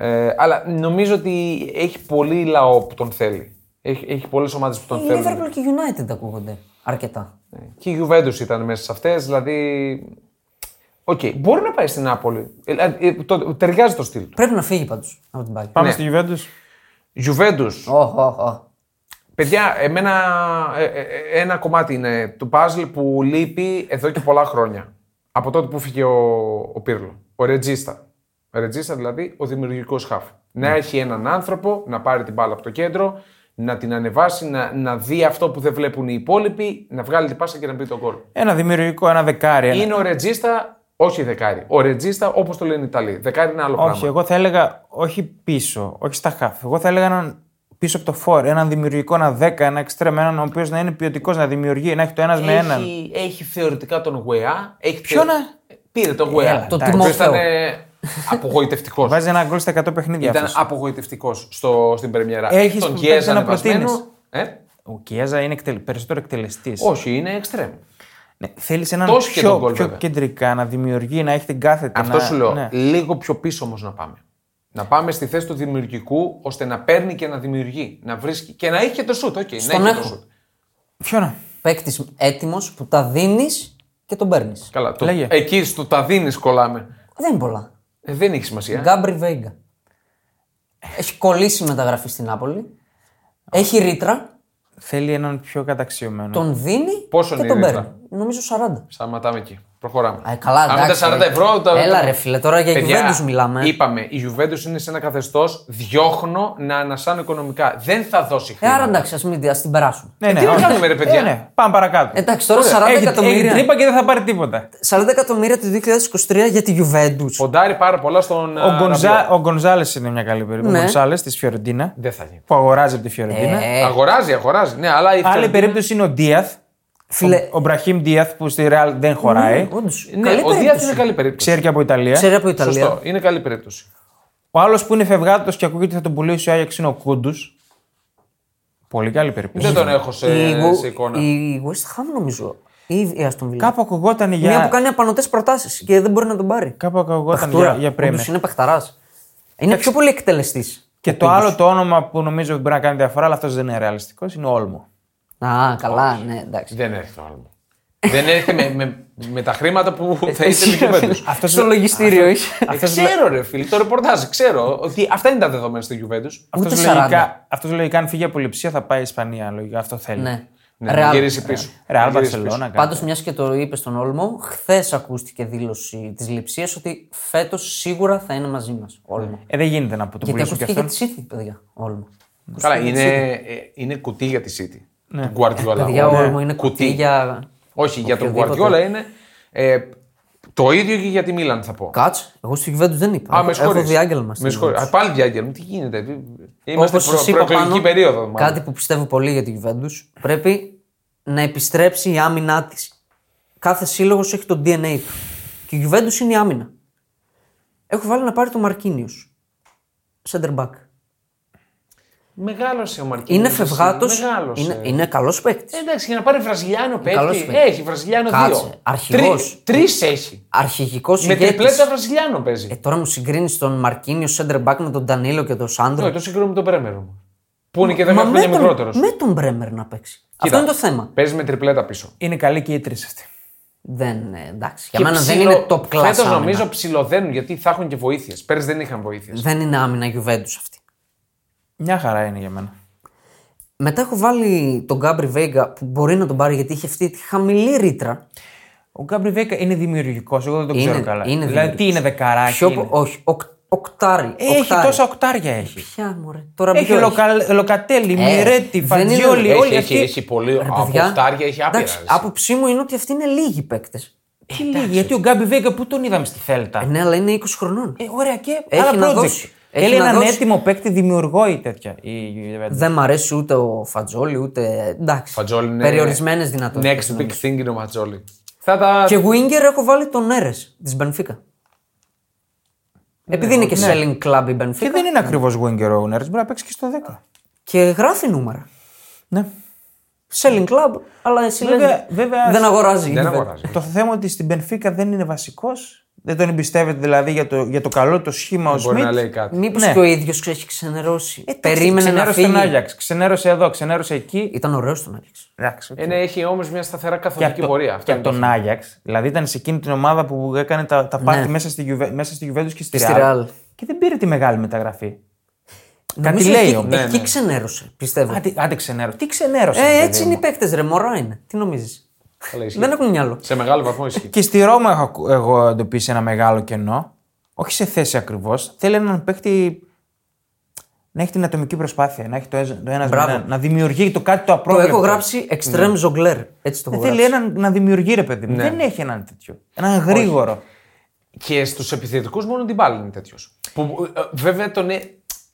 Ε, αλλά νομίζω ότι έχει πολύ λαό που τον θέλει. Έχει, έχει πολλές ομάδες που τον Η θέλουν. Liverpool και η United ακούγονται αρκετά. Ναι. Και η Juventus ήταν μέσα σε αυτές, δηλαδή. Οκ, μπορεί να πάει στην Νάπολη. Ε, ε, ε, το, ταιριάζει το στυλ του. Πρέπει να φύγει πάντως από την πάλι. Πάμε Ναι. στη Γιουβέντου. Juventus. Οχ, οχ, οχ. Παιδιά, εμένα ε, ε, ε, ένα κομμάτι είναι του παζλ που λείπει εδώ και πολλά χρόνια. Από τότε που φύγε ο, ο Πύρλο. Ο Ρετζίστα. Ο Ρετζίστα δηλαδή ο δημιουργικός χαφ. Να έχει έναν άνθρωπο να πάρει την μπάλα από το κέντρο, να την ανεβάσει, να, να δει αυτό που δεν βλέπουν οι υπόλοιποι, να βγάλει την πάσα και να μπει τον κόλ. Ένα δημιουργικό, ένα δεκάρι. Ένα... Είναι ο Ρετζίστα, όχι δεκάρι. Ο Ρετζίστα όπως το λένε οι Ιταλοί. Δεκάρι είναι άλλο Όχι, πράγμα. εγώ θα έλεγα όχι πίσω, όχι στα χαφ. Εγώ θα έλεγα έναν πίσω από το φόρ, έναν δημιουργικό, ένα δέκα, ένα εξτρέμ, έναν ο οποίος να είναι ποιοτικός, να δημιουργεί, να έχει το ένας με έναν. Έχει, έχει θεωρητικά τον Γουεά. Έχει Ποιον, θεω- Πήρε τον Γουεά. τον ο οποίος Τιμόθεο. Ήταν απογοητευτικό. Ε, Βάζει ένα γκολ στα 100 παιχνίδια. Ήταν αυτός. απογοητευτικός στο, στην Πρεμιέρα. Έχεις τον που Κιέζα να ανεβασμένο. προτείνεις. Ε? Ο Κιέζα είναι εκτελε- περισσότερο εκτελεστής. Όχι, είναι εξτρέμ. Ναι, Θέλεις έναν Τόσο και πιο, τον γκολ, πιο βέβαια. κεντρικά να δημιουργεί, να έχει την κάθετη. Αυτό να- σου λέω. ναι. Λίγο πιο πίσω όμως να πάμε. Να πάμε στη θέση του δημιουργικού ώστε να παίρνει και να δημιουργεί. Να βρίσκει και να έχει και το σουτ. Okay, να Στον έχει το έχω. σουτ. Ποιο να. Παίκτης έτοιμος που τα δίνεις και τον παίρνεις. Καλά. Το, Λέγε. εκεί στο τα δίνεις κολλάμε. Δεν είναι πολλά. Ε, δεν έχει σημασία. Γκάμπρι Βέγγα. Έχει κολλήσει η μεταγραφή στην Νάπολη. Έχει ρήτρα, Θέλει έναν πιο καταξιωμένο. τον δίνει Πόσο και είναι τον η ρήτρα? παίρνει. Νομίζω 40. Σταματάμε εκεί. Προχωράμε. Α, ε, καλά, Αν εντάξει, τα 40 ρε. ευρώ. Τα... Έλα, ρε, φίλε, τώρα για Juventus μιλάμε. Είπαμε, η Juventus είναι σε ένα καθεστώς διώχνω να ανασάνω οικονομικά. Δεν θα δώσει Ε, χρήματα. άρα εντάξει, ας μην ας την περάσουμε. Ναι, ναι, τι να όχι. κάνουμε, ρε, παιδιά. Ε, ναι. Πάμε παρακάτω. Εντάξει, τώρα 40 έχει, έχει εκατομμύρια. τρύπα και δεν θα πάρει τίποτα. 40 εκατομμύρια το 2023 για τη Juventus. Ποντάρει πάρα πολλά στον. Ο, α, Γκονζά, Ραμπιό. ο Γκονζάλες είναι μια καλή περίπτωση. Ναι. Ο Γκονζάλες της Φιωρεντίνα Δεν θα γίνει. που αγοράζει από τη Φιωρεντίνα. Ε, Αγοράζει, αγοράζει. Ναι, αλλά η Άλλη Φιωρεντίνα- περίπτωση είναι ο Ντίαθ. φίλε. Ο, ο Μπραχίμ Ντίαθ που στη Ρεάλ δεν χωράει. όντως, Ναι, καλή ο Δία περίπτωση. είναι καλή περίπτωση. Ξέρει και από Ιταλία. Ξέρει από Ιταλία. Σωστό, είναι καλή περίπτωση. Ο άλλος που είναι φευγάτος και ακούγεται ότι θα τον πουλήσει ο Άγιαξ είναι ο Κούντους. Πολύ καλή περίπτωση. Δεν τον έχω σε, η, Γου- σε εικόνα. η West Ham νομίζω. Ή η Aston Villa. Κάπου ακουγόταν για. Μια που κάνει απανοτές προτάσεις και δεν μπορεί να τον πάρει. Κάπου ακουγόταν Παχτούρα. για, για Premier. Όντως είναι παχταράς. Είναι πιο πολύ εκτελεστής. Και το άλλο το όνομα που νομίζω ότι μπορεί να κάνει διαφορά, αλλά αυτός δεν είναι ρεαλιστικός, είναι ο Όλμο. Α, καλά, ναι, εντάξει. Δεν έρχεται άλλο. Δεν έρχεται με, με, με τα χρήματα που θα είσαι με Juventus. Αυτός- Στο λογιστήριο είσαι. Ε, ξέρω, ρε φίλε, το ρεπορτάζ. Ξέρω ότι αυτά είναι τα δεδομένα στη Juventus. Αυτός Ούτε 40. λογικά, αυτός λογικά, αν φύγει από Λιψία, θα πάει Ισπανία. Λογικά αυτό θέλει. Ναι. Ναι, να γυρίσει πίσω. Ρεάλ Να γυρίσει πίσω. Βαρσελόνα. Πάντως, μιας και το είπες στον Όλμο, χθες ακούστηκε δήλωση της ληψία ότι φέτος σίγουρα θα είναι μαζί μας. Όλμο. Ναι. Ε, δεν γίνεται να το Γιατί πουλήσουν και ακούστηκε και αυτόν. τη City, παιδιά. Όλμο. Καλά, είναι, ε, είναι κουτί για τη City. Του Guardiola. Ναι. Παιδιά, Ναι. Όλμο είναι κουτί για. Όχι, για τον οποιοδήποτε. Guardiola είναι. Ε, Το ίδιο και για τη Μίλαν θα πω. Κάτσε. Εγώ στο Γιουβέντου δεν είπα. Α, Έχω- με συγχωρείς. Έχω διάγγελμα. Με στην συγχωρείς. Α, Juventus. πάλι διάγγελμα. Τι γίνεται. τι- Είμαστε Όπως προ, σας είπα προεκλογική πάνω, περίοδο. μάλλον. Κάτι που πιστεύω πολύ για τη Γιουβέντου. Πρέπει να επιστρέψει η άμυνά της. Κάθε σύλλογος έχει το DNA του. Και η Γιουβέντου είναι η άμυνα. Έχω βάλει να πάρει το Μαρκίνιο. Center back. Μεγάλωσε ο Μαρκίνιο. Είναι φευγάτος. Μεγάλωσε. Ε, Είναι, είναι καλός παίκτης. Εντάξει, για να πάρει Βραζιλιάνο καλός παίκτη. παίκτης. Έχει Βραζιλιάνο Κάτσε, δύο. αρχηγός. Τρεις έχει. Αρχηγικός Με ηγέτης. τριπλέτα Βραζιλιάνο παίζει. Ε, τώρα μου συγκρίνεις τον Μαρκίνιο center back με τον Ντανίλο και τον Σάντρο. Ναι, το συγκρίνω με τον Πρέμερ μου. Που είναι και 10 Ε, Μα με χρόνια τον, μικρότερος. με τον Μπρέμερ να παίξει. Αυτό είναι το θέμα. Παίζει με τριπλέτα πίσω. Είναι καλή και οι τρεις αυτοί. Δεν, ε, εντάξει, για Και μένα δεν ψιλο- είναι top class. Φέτος άμυνα. νομίζω ψιλοδένουν γιατί θα έχουν και βοήθειες. Πέρυσι δεν είχαν βοήθειες. Δεν είναι άμυνα Juventus αυτή. Μια χαρά είναι για μένα. Μετά έχω βάλει τον Γκάμπρι Βέγγα που μπορεί να τον πάρει γιατί είχε αυτή τη χαμηλή ρήτρα. Ο Γκάμπρι Βέκα είναι δημιουργικός. Εγώ δεν το ξέρω Είναι- καλά. είναι δηλαδή, τι δημιουργικός. είναι δεκαράκι. Πιο, είναι. Όχι, οκ, οκτάρι. Έχει οκτάρι. τόσα οκτάρια έχει. Ποια μωρέ. Τώρα Έχει ποιο λοκα... Λοκατέλη, Μιρέτη, Ε, δεν είναι- Φατζιόλη, Έχει, όλοι έχει, αυτοί. έχει πολύ. Ρε, Από παιδιά, φτάρια έχει άπειρα. εντάξει, ρε. Άποψή μου είναι ότι αυτοί είναι λίγοι παίκτες. Τι λίγοι, γιατί ο Γκάμπι Βέγκα που τον είδαμε στη Θέλτα. Ναι, αλλά είναι 20 χρονών. Ε, ωραία και Έχει άλλα να project. δώσει. Θέλει Έχει να έναν δώσει. έτοιμο παίκτη, δημιουργό ή τέτοια. Η Juventus. Δεν μ' αρέσει ούτε ο Φατζόλη ούτε. Εντάξει. Φατζόλι είναι- Περιορισμένες Ναι, δυνατότητε. Next big thing είναι ο Ματζόλι. Θα τα. Και Winger έχω βάλει τον Έρε της Μπενφίκα. Επειδή είναι και selling club η Μπενφίκα. Ναι, Και δεν είναι ακριβώ winger owner, μπορεί να παίξει και στο 10. Και γράφει νούμερα. Ναι. Selling club, αλλά εσύ Βέβαια- λες, βέβαια- δεν αγοράζει. Δεν αγοράζει. Το θέμα ότι στην Benfica δεν είναι βασικός. Δεν τον εμπιστεύεται δηλαδή για το, για το καλό το σχήμα ο Μπορεί Σμιτ. να λέει κάτι. Μήπως Ναι. και ο ίδιος έχει ξενερώσει. Ε, Εντάξει, Περίμενε να ξενέρωσε φύγει. τον Άγιαξ, ξενέρωσε εδώ, ξενέρωσε εκεί. Ήταν ωραίος τον Άγιαξ. Εντάξει, οκ. Ε, ναι, έχει όμως μια σταθερά και από καθοδική το- πορεία. και Αυτό από είναι το τον Άγιαξ. Δηλαδή ήταν σε εκείνη την ομάδα που έκανε τα, τα πάρτι μέσα στη, Γιουβέ, μέσα στη Γιουβέντους και στη Ναι. στη Ρεάλ. Ρεάλ. Και δεν πήρε τη μεγάλη μεταγραφή. Κάτι Νομίζω λέει εκεί, ο Ναι, εκεί ναι. ξενέρωσε, πιστεύω. Άντε, άντε ξενέρω. Τι ξενέρωσε. Ε, ε, παιδί έτσι μου. είναι οι παίκτες, ρε μωρά είναι. Τι νομίζεις. Καλά, ισχύει. Δεν έχουν μυαλό. Σε μεγάλο βαθμό ισχύει. Και στη Ρώμα έχω ακου- εγώ εντοπίσει ένα μεγάλο κενό. Όχι σε θέση ακριβώς. Θέλει έναν παίκτη να έχει την ατομική προσπάθεια, να έχει το, έζ- το ένας Μπράβο. να, να δημιουργεί το κάτι το Το απρόβλεπτο. έχω γράψει Ναι. extreme jongler. Έτσι το έχω Ε, Ναι. Θέλει γράψει. έναν να δημιουργεί, ρε παιδί μου. Δεν έχει έναν τέτοιο. Έναν γρήγορο. Και στους επιθετικούς μόνο την πάλι είναι τέτοιος. Που ε, ε, βέβαια τον, ε,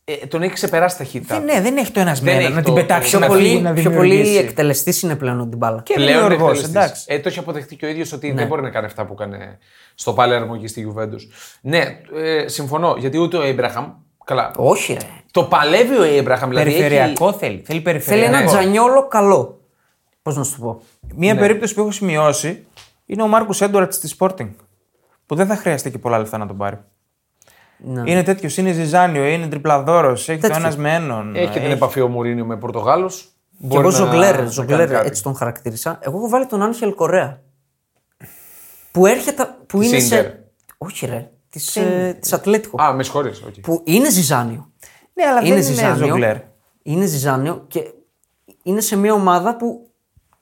ε, τον έχει ξεπεράσει ταχύτητα. Δεν, ναι, δεν έχει το ένας Δεν μέρα έχει να το- την πετάξει το- να να φύγει, Πολύ, να πιο δημιουργήσει. πολύ εκτελεστή είναι Ναι. πλέον ο Ντιμπάλα. Και Πλέον είναι δημιουργός, εκτελεστής. εντάξει. Ε, το έχει αποδεχτεί και ο ίδιος ότι δεν μπορεί να κάνει αυτά που έκανε στο Παλέρμο και στη Γιουβέντους. Ναι, ε, συμφωνώ. Γιατί ούτε ο Έμπραχαμ. Καλά. Όχι, Ε, ρε. Το παλεύει ο Έμπραχαμ. Δηλαδή έχει... Περιφερειακό θέλει. Θέλει Θέλει περιφερειακό. ένα τζανιόλο καλό. Πώς να σου το πω. Μία περίπτωση που έχω σημειώσει είναι ο Μάρκο Έντουαρτ τη Sporting. Που δεν θα χρειαστεί και πολλά λεφτά να τον πάρει. Ναι. Είναι τέτοιος, είναι ζυζάνιο, είναι τριπλαδόρος, έχει το ένας με έναν. Έχει και την επαφή ο Μουρίνιο με Πορτογάλους. Και εγώ ζογκλέρ, ζογκλέρ έτσι τον χαρακτήρισα. Εγώ έχω βάλει τον Άγχελ Κορέα. Που έρχεται. που Της είναι Ίντερ. σε. Όχι, ρε. Της της Ατλέτικο. Α, με συγχωρείς. οκ. Που είναι ζυζάνιο. Ναι, αλλά είναι δεν είναι ζογκλέρ. ζυζάνιο. Είναι ζυζάνιο και είναι σε μια ομάδα που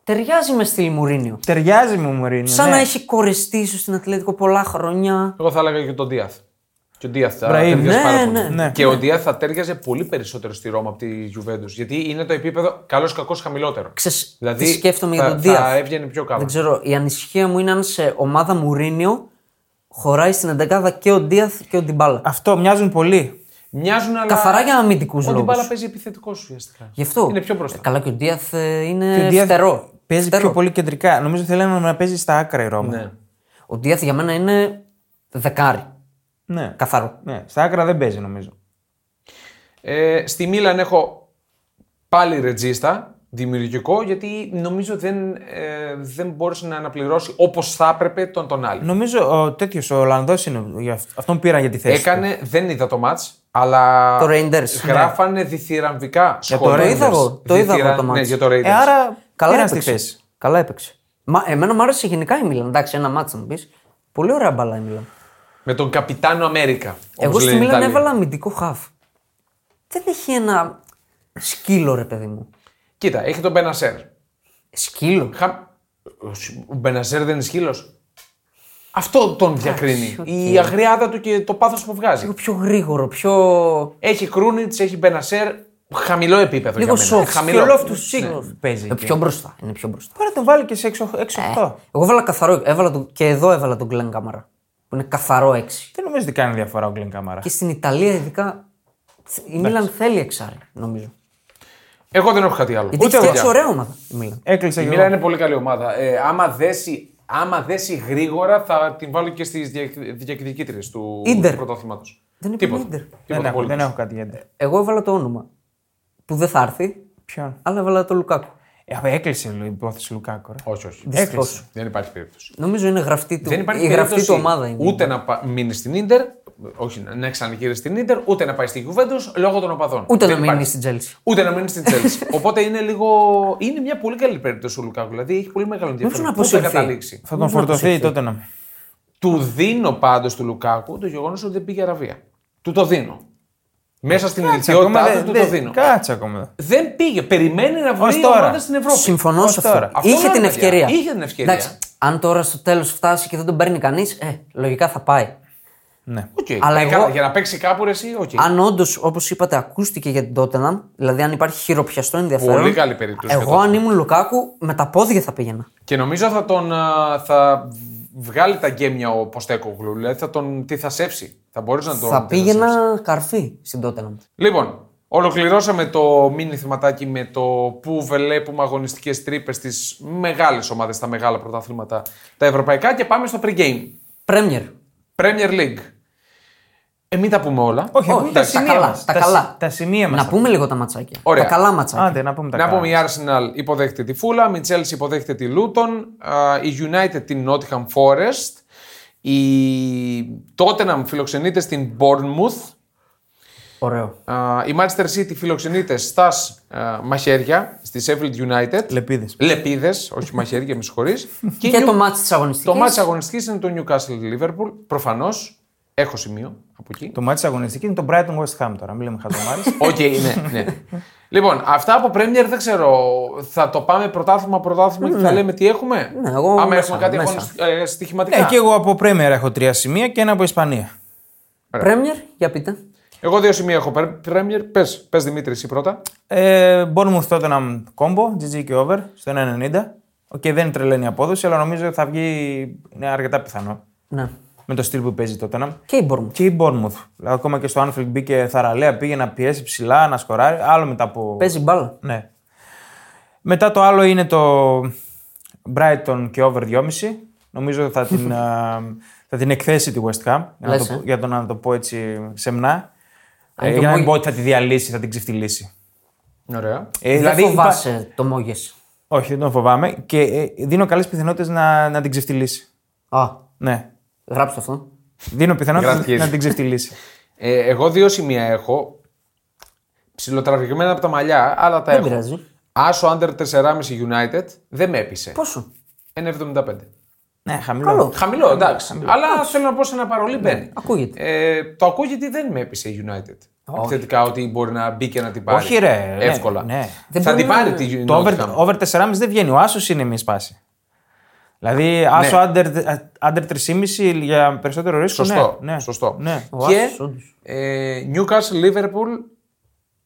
ταιριάζει με στη Ναι. Μουρίνιο. Ταιριάζει μου ο Μουρίνιο. Σαν ναι. να έχει κορεστεί ίσως στην Ατλέτικο πολλά χρόνια. Εγώ θα έλεγα και τον Δίαθ. Και ο Δίαθ θα Μπραήμ. τέριαζε Ναι, πάρα πολύ. ναι, ναι. Και ο Δίαθ θα τέριαζε πολύ περισσότερο στη Ρώμα από τη Γιουβέντους. Γιατί είναι το επίπεδο καλό-κακό χαμηλότερο. Ξέρεις, Δηλαδή, τι σκέφτομαι θα- για τον Δία. θα έβγαινε πιο καλά. Δεν ξέρω, η ανησυχία μου είναι αν σε ομάδα Μουρίνιο χωράει στην εντεκάδα και ο Ντίαθ και ο Ντιμπάλα. Αυτό μοιάζουν πολύ. Μοιάζουν αλλά. Καθαρά για αμυντικούς Ο λόγου. Ντιμπάλα παίζει επιθετικός ουσιαστικά. Γι' αυτό. Είναι πιο μπροστά. Ε, καλά, και ο Ντίαθ ε, είναι Και ο Diaz φτερό. Παίζει Φτερό. πιο πολύ κεντρικά. Νομίζω θέλει έναν να παίζει στα άκρα η Ρώμα. Ναι. Ο Ντίαθ για μένα είναι δεκάρι. Ναι. Καθαρό. Ναι, Στα άκρα δεν παίζει νομίζω. Ε, στη Μίλαν έχω πάλι ρετζίστα, δημιουργικό, γιατί νομίζω δεν, ε, δεν μπόρεσε να αναπληρώσει όπως θα έπρεπε τον τον Ναι, άλλη. Νομίζω ο τέτοιος ο Ολλανδός είναι. γι' αυτό- Αυτόν πήραν για τη θέση. Ε, του. Έκανε, δεν είδα το μάτς, αλλά Το Rangers, γράφανε διθυραμβικά σχόλια. Το είδα εγώ, το είδα εγώ το Διθυρα- Ναι, μάτς. για το Rangers. Ε, άρα Καλά πήραν στη έπαιξε. θέση. Καλά έπαιξε. Μα, εμένα μου άρεσε γενικά η Μίλαν. Εντάξει, ένα μάτσο να πεις. Πολύ ωραία μπαλά η Μίλαν. Με τον καπιτάνο Αμέρικα. Εγώ όπως στη λένε οι Μίλαν Ιταλοί. έβαλα αμυντικό χαφ. Δεν έχει ένα σκύλο, ρε παιδί μου. Κοίτα, έχει τον Μπενασέρ. Σκύλο. Χα- Ο Μπενασέρ δεν είναι σκύλος. Αυτό τον διακρίνει. Η αγριάδα του και το πάθος που βγάζει. Λίγο πιο γρήγορο, πιο. Έχει Κρούνιτ, έχει Μπενασέρ. Χαμηλό επίπεδο Λίγο για μένα. Ε, soft. Χαμηλό. Ναι. Και ο Loftus Cheek παίζει. Ε, πιο μπροστά. Ε, Είναι πιο μπροστά. Μπορεί να τον βάλει και σε 6-8. Εγώ έβαλα καθαρό. Έβαλα τον... Και εδώ έβαλα τον Glenn Κάμαρα. που είναι καθαρό 6. Δεν νομίζω ότι κάνει διαφορά ο Γκλεν Καμαρά. Και στην Ιταλία ειδικά η Μίλαν θέλει εξάρι, νομίζω. Εγώ δεν έχω κάτι άλλο. Γιατί έχει εγώ. φτιάξει ωραία ομάδα η Μίλαν. Έκλεισε Η και Μίλαν εγώ. είναι πολύ καλή ομάδα. Ε, άμα, δέσει, άμα δέσει γρήγορα, θα την βάλω και στις διακριτικήτριε του Ίντερ. πρωταθλήματος. Δεν είπαμε Ίντερ. Δεν έχω, δεν έχω κάτι γιατί. Εγώ έβαλα το όνομα που δεν θα έρθει, Ποιον. αλλά έβαλα το Λουκάκου. Ε, αφού Έκλεισε η υπόθεση Λουκάκο. ρε. Όχι, όχι. Έκλεισε. Δεν υπάρχει περίπτωση. Νομίζω είναι γραφτή του, Δεν υπάρχει η γραφτή του περίπτωση ομάδα. Είναι. ούτε να πα- μείνει στην ντερ, όχι να- να ξαναγυρίσει στην ντερ, ούτε να πάει στη Γιουβέντο λόγω των οπαδών. Ούτε Δεν να μείνει υπάρχει. στην Τζέλση. Ούτε να μείνει στην Τσέλση. Οπότε είναι λίγο. Είναι μια πολύ καλή περίπτωση ο Λουκάκου. Δηλαδή έχει πολύ μεγάλο ενδιαφέρον. να Πού θα αποσυρθεί. καταλήξει. Θα τον φορτωθεί τότε να. Του δίνω πάντως του Λουκάκου το γεγονός ότι δεν πήγε Αραβία. Του το δίνω. Μέσα στην ιδιότητά του, του το δίνω. Κάτσε ακόμα. Δεν πήγε. Περιμένει να Ως βρει τώρα. ομάδα στην Ευρώπη. Συμφωνώ Ως σε αυτό. τώρα. Αυτό Είχε λέω, την παιδιά. ευκαιρία. Είχε την ευκαιρία. Εντάξει, αν τώρα στο τέλος φτάσει και δεν τον παίρνει κανείς, ε, λογικά θα πάει. Ναι. Οκ. Αλλά Ε, εγώ- καλά, Για να παίξει κάπου ρε, εσύ, οκ. Αν όντως, όπως είπατε, ακούστηκε για την Tottenham, δηλαδή αν υπάρχει χειροπιαστό ενδιαφέρον. Πολύ καλή περίπτωση για Εγώ, αν ήμουν Λουκάκου, με τα πόδια θα πήγαινα. Και νομίζω θα τον. α, θα βγάλει τα γκέμια ο Ποστέκογλου. Δηλαδή θα τον. τι θα σέψει. Θα μπορείς να τον. θα τι σέψει. πήγαινα καρφί στην Tottenham. Λοιπόν, ολοκληρώσαμε το μίνι θεματάκι με το που βελέπουμε αγωνιστικές τρύπες στις μεγάλες ομάδες, τα μεγάλα πρωταθλήματα τα ευρωπαϊκά και πάμε στο pre-game. Πρέμιερ. Premier League. Ε, μην τα πούμε όλα. Όχι, Όχι, όχι, τα τα σημεία καλά, μας. τα Τα καλά. συ- Τα σημεία μας. Να πούμε λίγο τα ματσάκια. Ωραία. Τα καλά ματσάκια. Άντε, να πούμε τα Να καλά. πούμε η Arsenal υποδέχεται τη Fulham, η Chelsea υποδέχεται τη Luton, α, η United την Nottingham Forest, η Tottenham φιλοξενείται στην Bournemouth, Ωραίο. α, η Manchester City φιλοξενείται στα α, μαχαίρια, στη Sheffield United. Λεπίδες. Λεπίδες, όχι μαχαίρια, με συγχωρείς. Και, η Νιου- το μάτι της αγωνιστική. το μάτι αγωνιστική είναι το Newcastle Liverpool. Προφανώς. Έχω σημείο από εκεί. Το μάτι της αγωνιστικής είναι το Brighton West Ham τώρα. Μην λέμε χαζομάρε. Οκ, ναι, ναι. Λοιπόν, αυτά από Premier δεν ξέρω. Θα το πάμε πρωτάθλημα πρωτάθλημα και θα λέμε τι έχουμε. Ναι, εγώ Άμα μέσα, έχουμε κάτι μέσα. αγωνιστ- ε, στοιχηματικά. Ναι, και εγώ από Πρέμιερ έχω τρία σημεία και ένα από Ισπανία. Πρέμιερ, για πείτε. Εγώ δύο σημεία έχω Pre- Premier. Πες, πες Δημήτρη, εσύ πρώτα. Ε, Bournemouth Tottenham κόμπο, GG και over στο 1,90. Οκ, δεν είναι τρελαίνει η απόδοση, αλλά νομίζω ότι θα βγει είναι αρκετά πιθανό Ναι. με το στυλ που παίζει η Tottenham. Και η Bournemouth. Και η Bournemouth. Δηλαδή, Ακόμα και στο Anfield μπήκε θαραλέα, πήγε να πιέσει ψηλά, να σκοράρει. Άλλο μετά από. Παίζει μπάλα. Ναι. Μετά το άλλο είναι το Brighton και over 2,5. Νομίζω θα την, α, θα την εκθέσει τη West Ham. Για, να Λες, το, ε. για το να το πω έτσι σεμνά. Αν Ε, το για να μην πω- πω ότι θα τη διαλύσει, θα την ξεφτυλίσει. Ωραία. Ε, δεν υπά- φοβάσαι το Μόγε. Όχι, δεν τον φοβάμαι. Και ε, δίνω καλές πιθανότητες να, να την ξεφτυλίσει. Α, Ναι. γράψτε αυτό. Δίνω πιθανότητε Γράφει. να την ξεφτυλίσει. Ε, εγώ δύο σημεία έχω. Ψιλοτραβηγμένα από τα μαλλιά, αλλά τα Δεν έχω. πειράζει. Άσο under 4,5 United δεν με έπεισε. Πόσο. 1,75. ναι, χαμηλό. Καλό. Χαμηλό, εντάξει. Αλλά θέλω να πω σε ένα παρολί μπαίνει. ακούγεται. Ε, το ακούγεται δεν με έπεισε η United. Επιθετικά ότι μπορεί να μπει και να την πάρει. Όχι, ρε, ναι, Εύκολα. ναι. Δεν Θα μπορεί την να- πάρει τη United. Το over, over 4,5 δεν βγαίνει. Ο άσος είναι μη σπάση. Δηλαδή, άσο Ναι. under, under 3,5 για περισσότερο ρίσκο. Σωστό, Ναι, ναι. σωστό. Ναι. Ο Και Άσος, όντως. ε, Newcastle Liverpool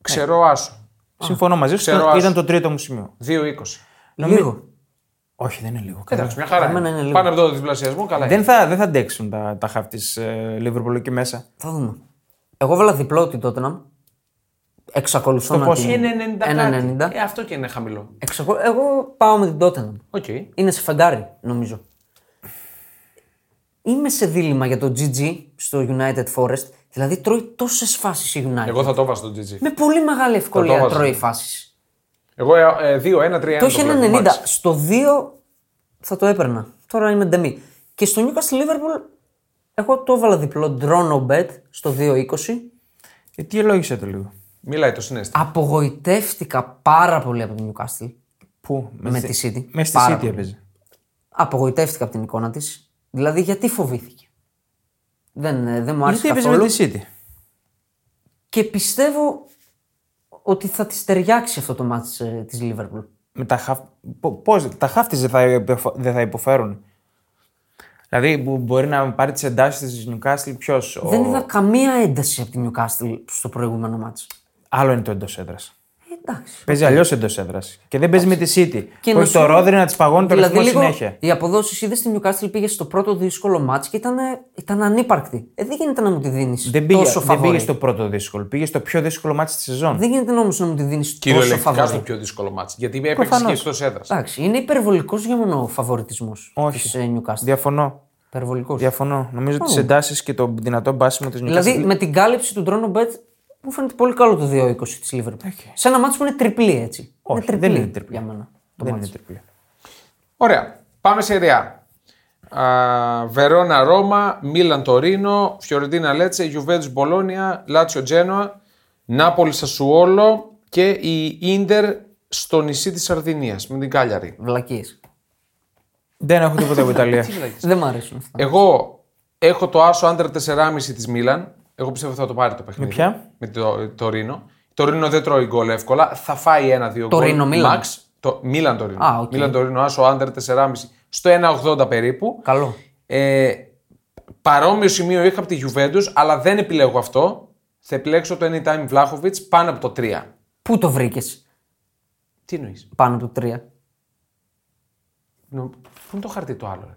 ξερό άσο. Συμφωνώ μαζί σου. Ξέρω Ήταν, άσο. ήταν το τρίτο μου σημείο. 2-20. Λίγο. Όχι, δεν είναι λίγο. καλά. Εντάξει, μια χαρά. Εμένα είναι. είναι λίγο. Πάνω από το διπλασιασμό, καλά. Δεν είναι. θα, δεν θα αντέξουν τα, τα χαφ της ε, Liverpool εκεί μέσα. Θα δούμε. Εγώ βάλα διπλό την Tottenham. Εξακολουθώ να πόσο? την... Είναι 90. κάτι. 1,90. Ε, αυτό και είναι χαμηλό. Εξακολου- Εγώ πάω με την Tottenham. Οκ. Είναι σε φεγγάρι, νομίζω. Είμαι σε δίλημα για το GG στο United Forest. Δηλαδή τρώει τόσες φάσεις η United. Εγώ θα το βάζω στο GG. Με πολύ μεγάλη Θα το ευκολία βάζω. τρώει φάσεις. Εγώ ε, 2-1-3-1. Ε, Το είχε 90. Στο 2 θα το έπαιρνα. Τώρα είμαι ντεμή. Και στο Newcastle Liverpool, εγώ το έβαλα διπλό drone bet στο 2-20. Ε, τι ελόγησε το λίγο. Μιλάει το συνέστημα. Απογοητεύτηκα πάρα πολύ από την Newcastle. Πού, Με τη City. Με στη Πάρα City πολύ. έπαιζε. Απογοητεύτηκα από την εικόνα της. Δηλαδή, γιατί φοβήθηκε. Δεν, ε, δεν μου άρεσε Γιατί έπαιζε καθόλου. με τη City. Και πιστεύω ότι θα της ταιριάξει αυτό το μάτς ε, της Liverpool. Με τα χαφ... πο- Πώς, τα χαφ της δεν θα, υποφ- δεν θα υποφέρουν. Δηλαδή που μπορεί να πάρει τις εντάσεις της Newcastle ποιος. ο- Δεν είδα καμία ένταση από την Newcastle στο προηγούμενο μάτς. Άλλο είναι το εντός έδρας. Ε, Εντάξει. Παίζει αλλιώς εντός έδρας. Και δεν παίζει με τη City. Και Που να έχει σου- το ρόδρυ να τη παγώνει το Δηλαδή, ρυθμό λίγο συνέχεια. οι αποδόσεις είδες στην Newcastle πήγε στο πρώτο δύσκολο μάτς και ήταν, ήταν ανύπαρκτη. Ε, δεν γίνεται να μου τη δίνεις Δεν πήγε, τόσο δεν φαβόρη. πήγε στο πρώτο δύσκολο. Πήγε στο πιο δύσκολο μάτι της σεζόν. Δεν γίνεται όμως να μου τη δίνεις τόσο Κυριολεκτικά στο φαβόρη. πιο δύσκολο μάτς. Γιατί έπαιξε και Προφανώς. εκτός έδρας. Εντάξει, είναι υπερβολικός για μόνο ο φαβορητισμός Όχι. της Newcastle. Διαφωνώ. Υπερβολικός. Διαφωνώ. Νομίζω τι εντάσεις και το δυνατό μπάσιμο της Νιουκάστιλ. Δηλαδή με την κάλυψη του Drone Bet μου φαίνεται πολύ καλό το 2-20 τη Liverpool. Σε ένα μάτσο που είναι τριπλή έτσι. Όχι, είναι τριπλή δεν είναι τριπλή. για μένα. Το δεν μάτς. είναι τριπλή. Ωραία. Πάμε σε Ρεά. Βερόνα Ρώμα, Μίλαν Τωρίνο, Φιωρεντίνα Λέτσε, Γιουβέντους Μπολόνια, Λάτσιο Τζένοα, Νάπολη Σασουόλο και η Ίντερ στο νησί της Σαρδινίας με την Κάλιαρη. Βλακίες. Δεν έχω τίποτα από Ιταλία. Δεν μ' αρέσουν αυτά. Εγώ έχω το άσο άντρα 4,5 της Μίλαν. Εγώ πιστεύω θα το πάρει το παιχνίδι. ποια? Με το Τωρίνο. Το Τωρίνο δεν τρώει γκολ εύκολα. Θα φάει ένα-δύο γκολ. Τωρίνο, Μίλαν. Max. Το Μίλαν Τωρίνο. Α, οκ. Μίλαν Τωρίνο, άσο άντρα 4,5 στο 1,80 περίπου. Καλό. Ε, παρόμοιο σημείο είχα από τη Juventus, αλλά δεν επιλέγω αυτό. Θα επιλέξω το Anytime Vlahovic πάνω από το 3. Πού το βρήκες Τι εννοείς. πάνω του 3. Πού είναι το χαρτί το άλλο. ρε?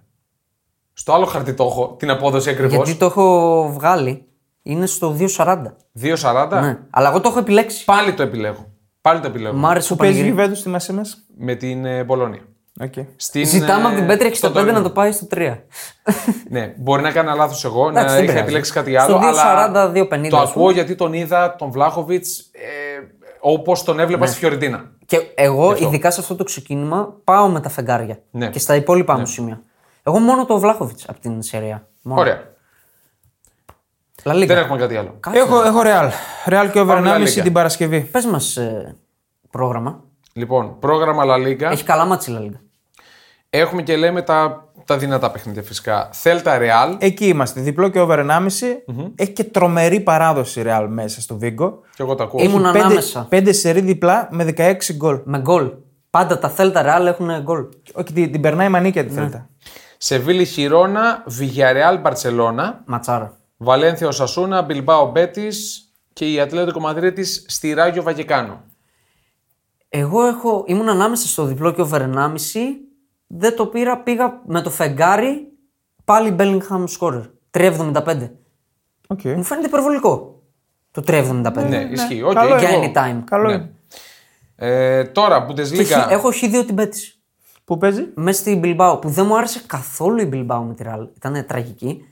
Στο άλλο χαρτί το έχω την απόδοση ακριβώς. Γιατί το έχω βγάλει. Είναι στο 2.40. 2,40. Ναι. Αλλά εγώ το έχω επιλέξει. Πάλι το επιλέγω. Πάλι το επιλέγω. Μ' άρεσε ο Παίζεις Πανηγύρι. Γιουβέντους στη μέσα μέσα. Με την ε, Μπολόνια. Στην, Ζητάμε ε, από την Πέτρια στο 65 να Τωρίνο. το πάει στο 3. Ναι, μπορεί να έκανα λάθος εγώ, Εντάξει, να δεν είχα πειράζει. επιλέξει κάτι Στο άλλο. αλλά 2,40-2,50 Το ας πούμε. ακούω γιατί τον είδα, τον Βλάχοβιτ, ε, όπως τον έβλεπα Ναι. στη Φιωρεντίνα. Και εγώ, ειδικά σε αυτό το ξεκίνημα, πάω με τα φεγγάρια. Ναι. Και στα υπόλοιπα μου σημεία. Εγώ μόνο το Βλάχοβιτ από την σειρά. Μόνο. Ωραία. La Liga. Δεν έχουμε κάτι άλλο. Κάτσε. Έχω, έχω Ρεάλ. Ρεάλ και over Πάμε La 1,5 Liga. την Παρασκευή. Πες μας ε, πρόγραμμα. Λοιπόν, πρόγραμμα La Liga. Έχει καλά μάτσα η La Liga. Έχουμε και λέμε τα, τα δυνατά παιχνίδια φυσικά. Θέλτα Ρεάλ. Εκεί είμαστε. Διπλό και over 1,5. Έχει και τρομερή παράδοση η Ρεάλ μέσα στο Βίγκο. Και εγώ τα ακούω. Ήμουν Πέντε- ανάμεσα. Πέντε σερή διπλά με 16 γκολ. Με γκολ. Πάντα τα Θέλτα Ρεάλ έχουν γκολ. Όχι, την, την περνάει η μανίκια τη Θέλτα. Σεβίλη Χιρόνα, Βιγιαρεάλ Μπαρσελόνα, Ματσάρα. Βαλένθια Οσασούνα, Μπιλμπάο Μπέτης και η Ατλέτικο Μαδρίτης στη Ράγιο Βαγεκάνο. Εγώ έχω, ήμουν ανάμεσα στο διπλό και over 1,5. Δεν το πήρα. Πήγα με το φεγγάρι πάλι Bellingham scorer. 3,75. Οκ. Μου φαίνεται υπερβολικό το 3,75. Ναι, ισχύει. Οκ, Καλό εγώ- Για anytime. Καλό Ναι. είναι. Ε, τώρα, Και Bundesliga. χι- έχω χ2 την πέτηση. Πού παίζει. Μέσα στην Bilbao που δεν μου άρεσε καθόλου η Bilbao με τη Real. Ήταν τραγική.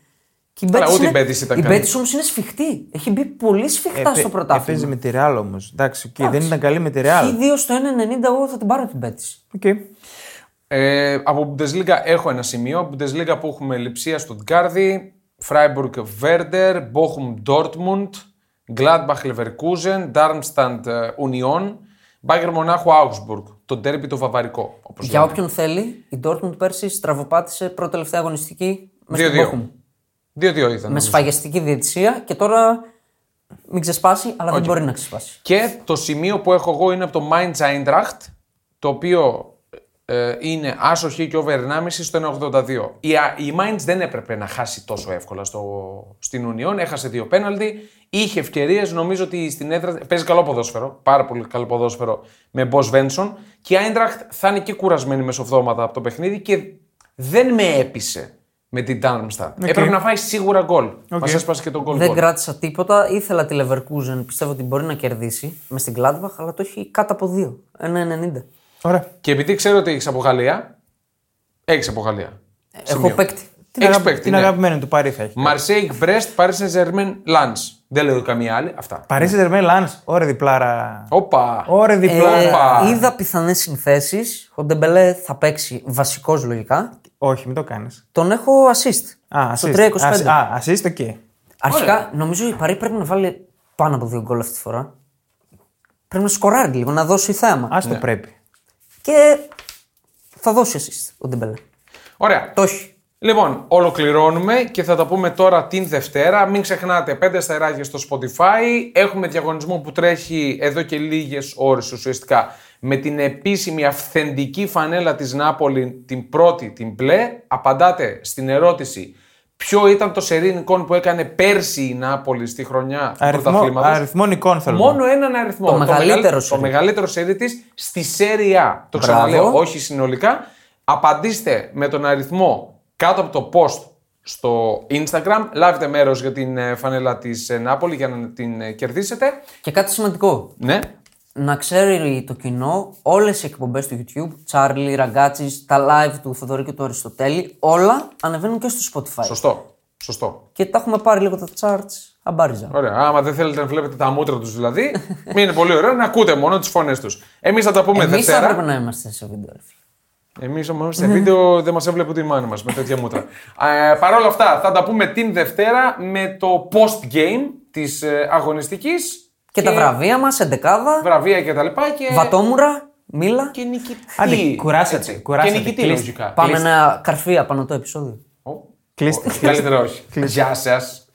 Και η Καλά, Betis ούτε η είναι- Betis ήταν Η καλή. Betis όμως είναι σφιχτή. Έχει μπει πολύ σφιχτά Επέ- στο ε, Παίζει πρωτάθλημα. με τη Ρεάλ όμως. Εντάξει, οκ, δεν ήταν καλή με τη Ρεάλ. Χ2 στο 1,90 εγώ θα την πάρω την Betis. Οκ. Ε, από Bundesliga έχω ένα σημείο. Bundesliga που έχουμε Λιψία στον Γκάρδι, Freiburg Werder, Bochum Dortmund, Gladbach Leverkusen, Darmstadt ε, Union, Bayern Μονάχου Augsburg. Το τέρμι το βαβαρικό. Όπως Για λέμε. όποιον θέλει, η Dortmund πέρσι στραβοπάτησε πρώτη-τελευταία αγωνιστική με στην 2-2. Bochum. 2-2 ήταν. Με σφαγιαστική διαιτησία και τώρα μην ξεσπάσει, αλλά δεν μπορεί να ξεσπάσει. Και το σημείο που έχω εγώ είναι από το Mainz Eintracht, το οποίο ε, είναι άσοχη και over 1,5 στο 1,82. Η, Α- η Mainz δεν έπρεπε να χάσει τόσο εύκολα στο, στην Union, έχασε δύο πέναλτι, είχε ευκαιρίες. Νομίζω ότι στην έδρα παίζει καλό ποδόσφαιρο, πάρα πολύ καλό ποδόσφαιρο με Μπο Βένσον. Και η Eintracht θα είναι και κουρασμένη μεσοβδόματα από το παιχνίδι και δεν με έπεισε με την Darmstadt. Έπρεπε να φάει σίγουρα γκολ. Okay. Μα έσπασε και τον γκολ. Δεν γκολ. κράτησα τίποτα. Ήθελα τη Leverkusen, πιστεύω ότι μπορεί να κερδίσει με στην Gladbach, αλλά το έχει κάτω από 2. 1,90. Ωραία. Και επειδή ξέρω ότι έχεις από Γαλλία. Έχει από Γαλλία. Έχω παίκτη. Την, Έχεις αγαπη- παίκτη, την ναι. αγαπημένη του Παρή θα έχει. Μαρσέικ, Μπρέστ, Paris Saint-Germain, Lens. Δεν λέω καμία άλλη. Αυτά. Παρή σε Δερμέ Ωραία διπλάρα. Όπα. Ωραία διπλάρα. Ε, Όπα. είδα πιθανές συνθέσεις. Ο Ντεμπελέ θα παίξει βασικός λογικά. Όχι, μην το κάνεις. Τον έχω assist. Α, στο assist. 3,25. Ασ- Α, assist, οκ. Αρχικά, νομίζω η Παρή πρέπει να βάλει πάνω από δύο γκολ αυτή τη φορά. Πρέπει να σκοράρει λίγο, να δώσει θέαμα. Ας το πρέπει. Και θα δώσει assist ο Ντεμπελέ. Ωραία. Το έχει. Λοιπόν, ολοκληρώνουμε και θα τα πούμε τώρα την Δευτέρα. Μην ξεχνάτε, πέντε στεράκια στο Spotify. Έχουμε διαγωνισμό που τρέχει εδώ και λίγες ώρες ουσιαστικά με την επίσημη αυθεντική φανέλα της Νάπολη, την πρώτη, την μπλε. Απαντάτε στην ερώτηση ποιο ήταν το σερή νικών που έκανε πέρσι η Νάπολη στη χρονιά του Αριθμό, πρωταθλήματος. αριθμό νικών θέλω. Μόνο έναν αριθμό. Το μεγαλύτερο μεγαλ- Το σερί. μεγαλύτερο σερί της στη Σέρια. Το Μπράβο. ξαναλέω, όχι συνολικά. Απαντήστε με τον αριθμό κάτω από το post στο Instagram. Λάβετε μέρος για την ε, φανέλα της Νάπολη για να την ε, κερδίσετε. Και κάτι σημαντικό. Ναι. Να ξέρει το κοινό όλες οι εκπομπές του YouTube, Charlie, Ραγκάτσι, τα live του Θοδωρή και του Αριστοτέλη, όλα ανεβαίνουν και στο Spotify. Σωστό. Σωστό. Και τα έχουμε πάρει λίγο τα charts, αμπάριζα. Ωραία. Άμα δεν θέλετε να βλέπετε τα μούτρα τους δηλαδή, μην είναι πολύ ωραίο να ακούτε μόνο τις φωνές τους. Εμείς θα τα πούμε Εμείς θα Δευτέρα. έπρεπε να είμαστε σε βίντεο. ρε φίλε. Εμείς όμως σε βίντεο δεν μας έβλεπε ούτε η μάνα μας με τέτοια μούτρα. ε, Παρ' όλα αυτά, θα τα πούμε την Δευτέρα με το post-game της ε, αγωνιστικής. Και, τα βραβεία μας, εντεκάδα, Βραβεία και τα λοιπά. Και, βατόμουρα, μίλα. και νικητή. Άντε, κουράσατε, Έτσι. κουράσατε, Και νικητή κλείστε. λογικά. Πάμε να καρφεί απάνω το επεισόδιο. Ω, Κλείστε. Καλύτερα όχι. Γεια σας.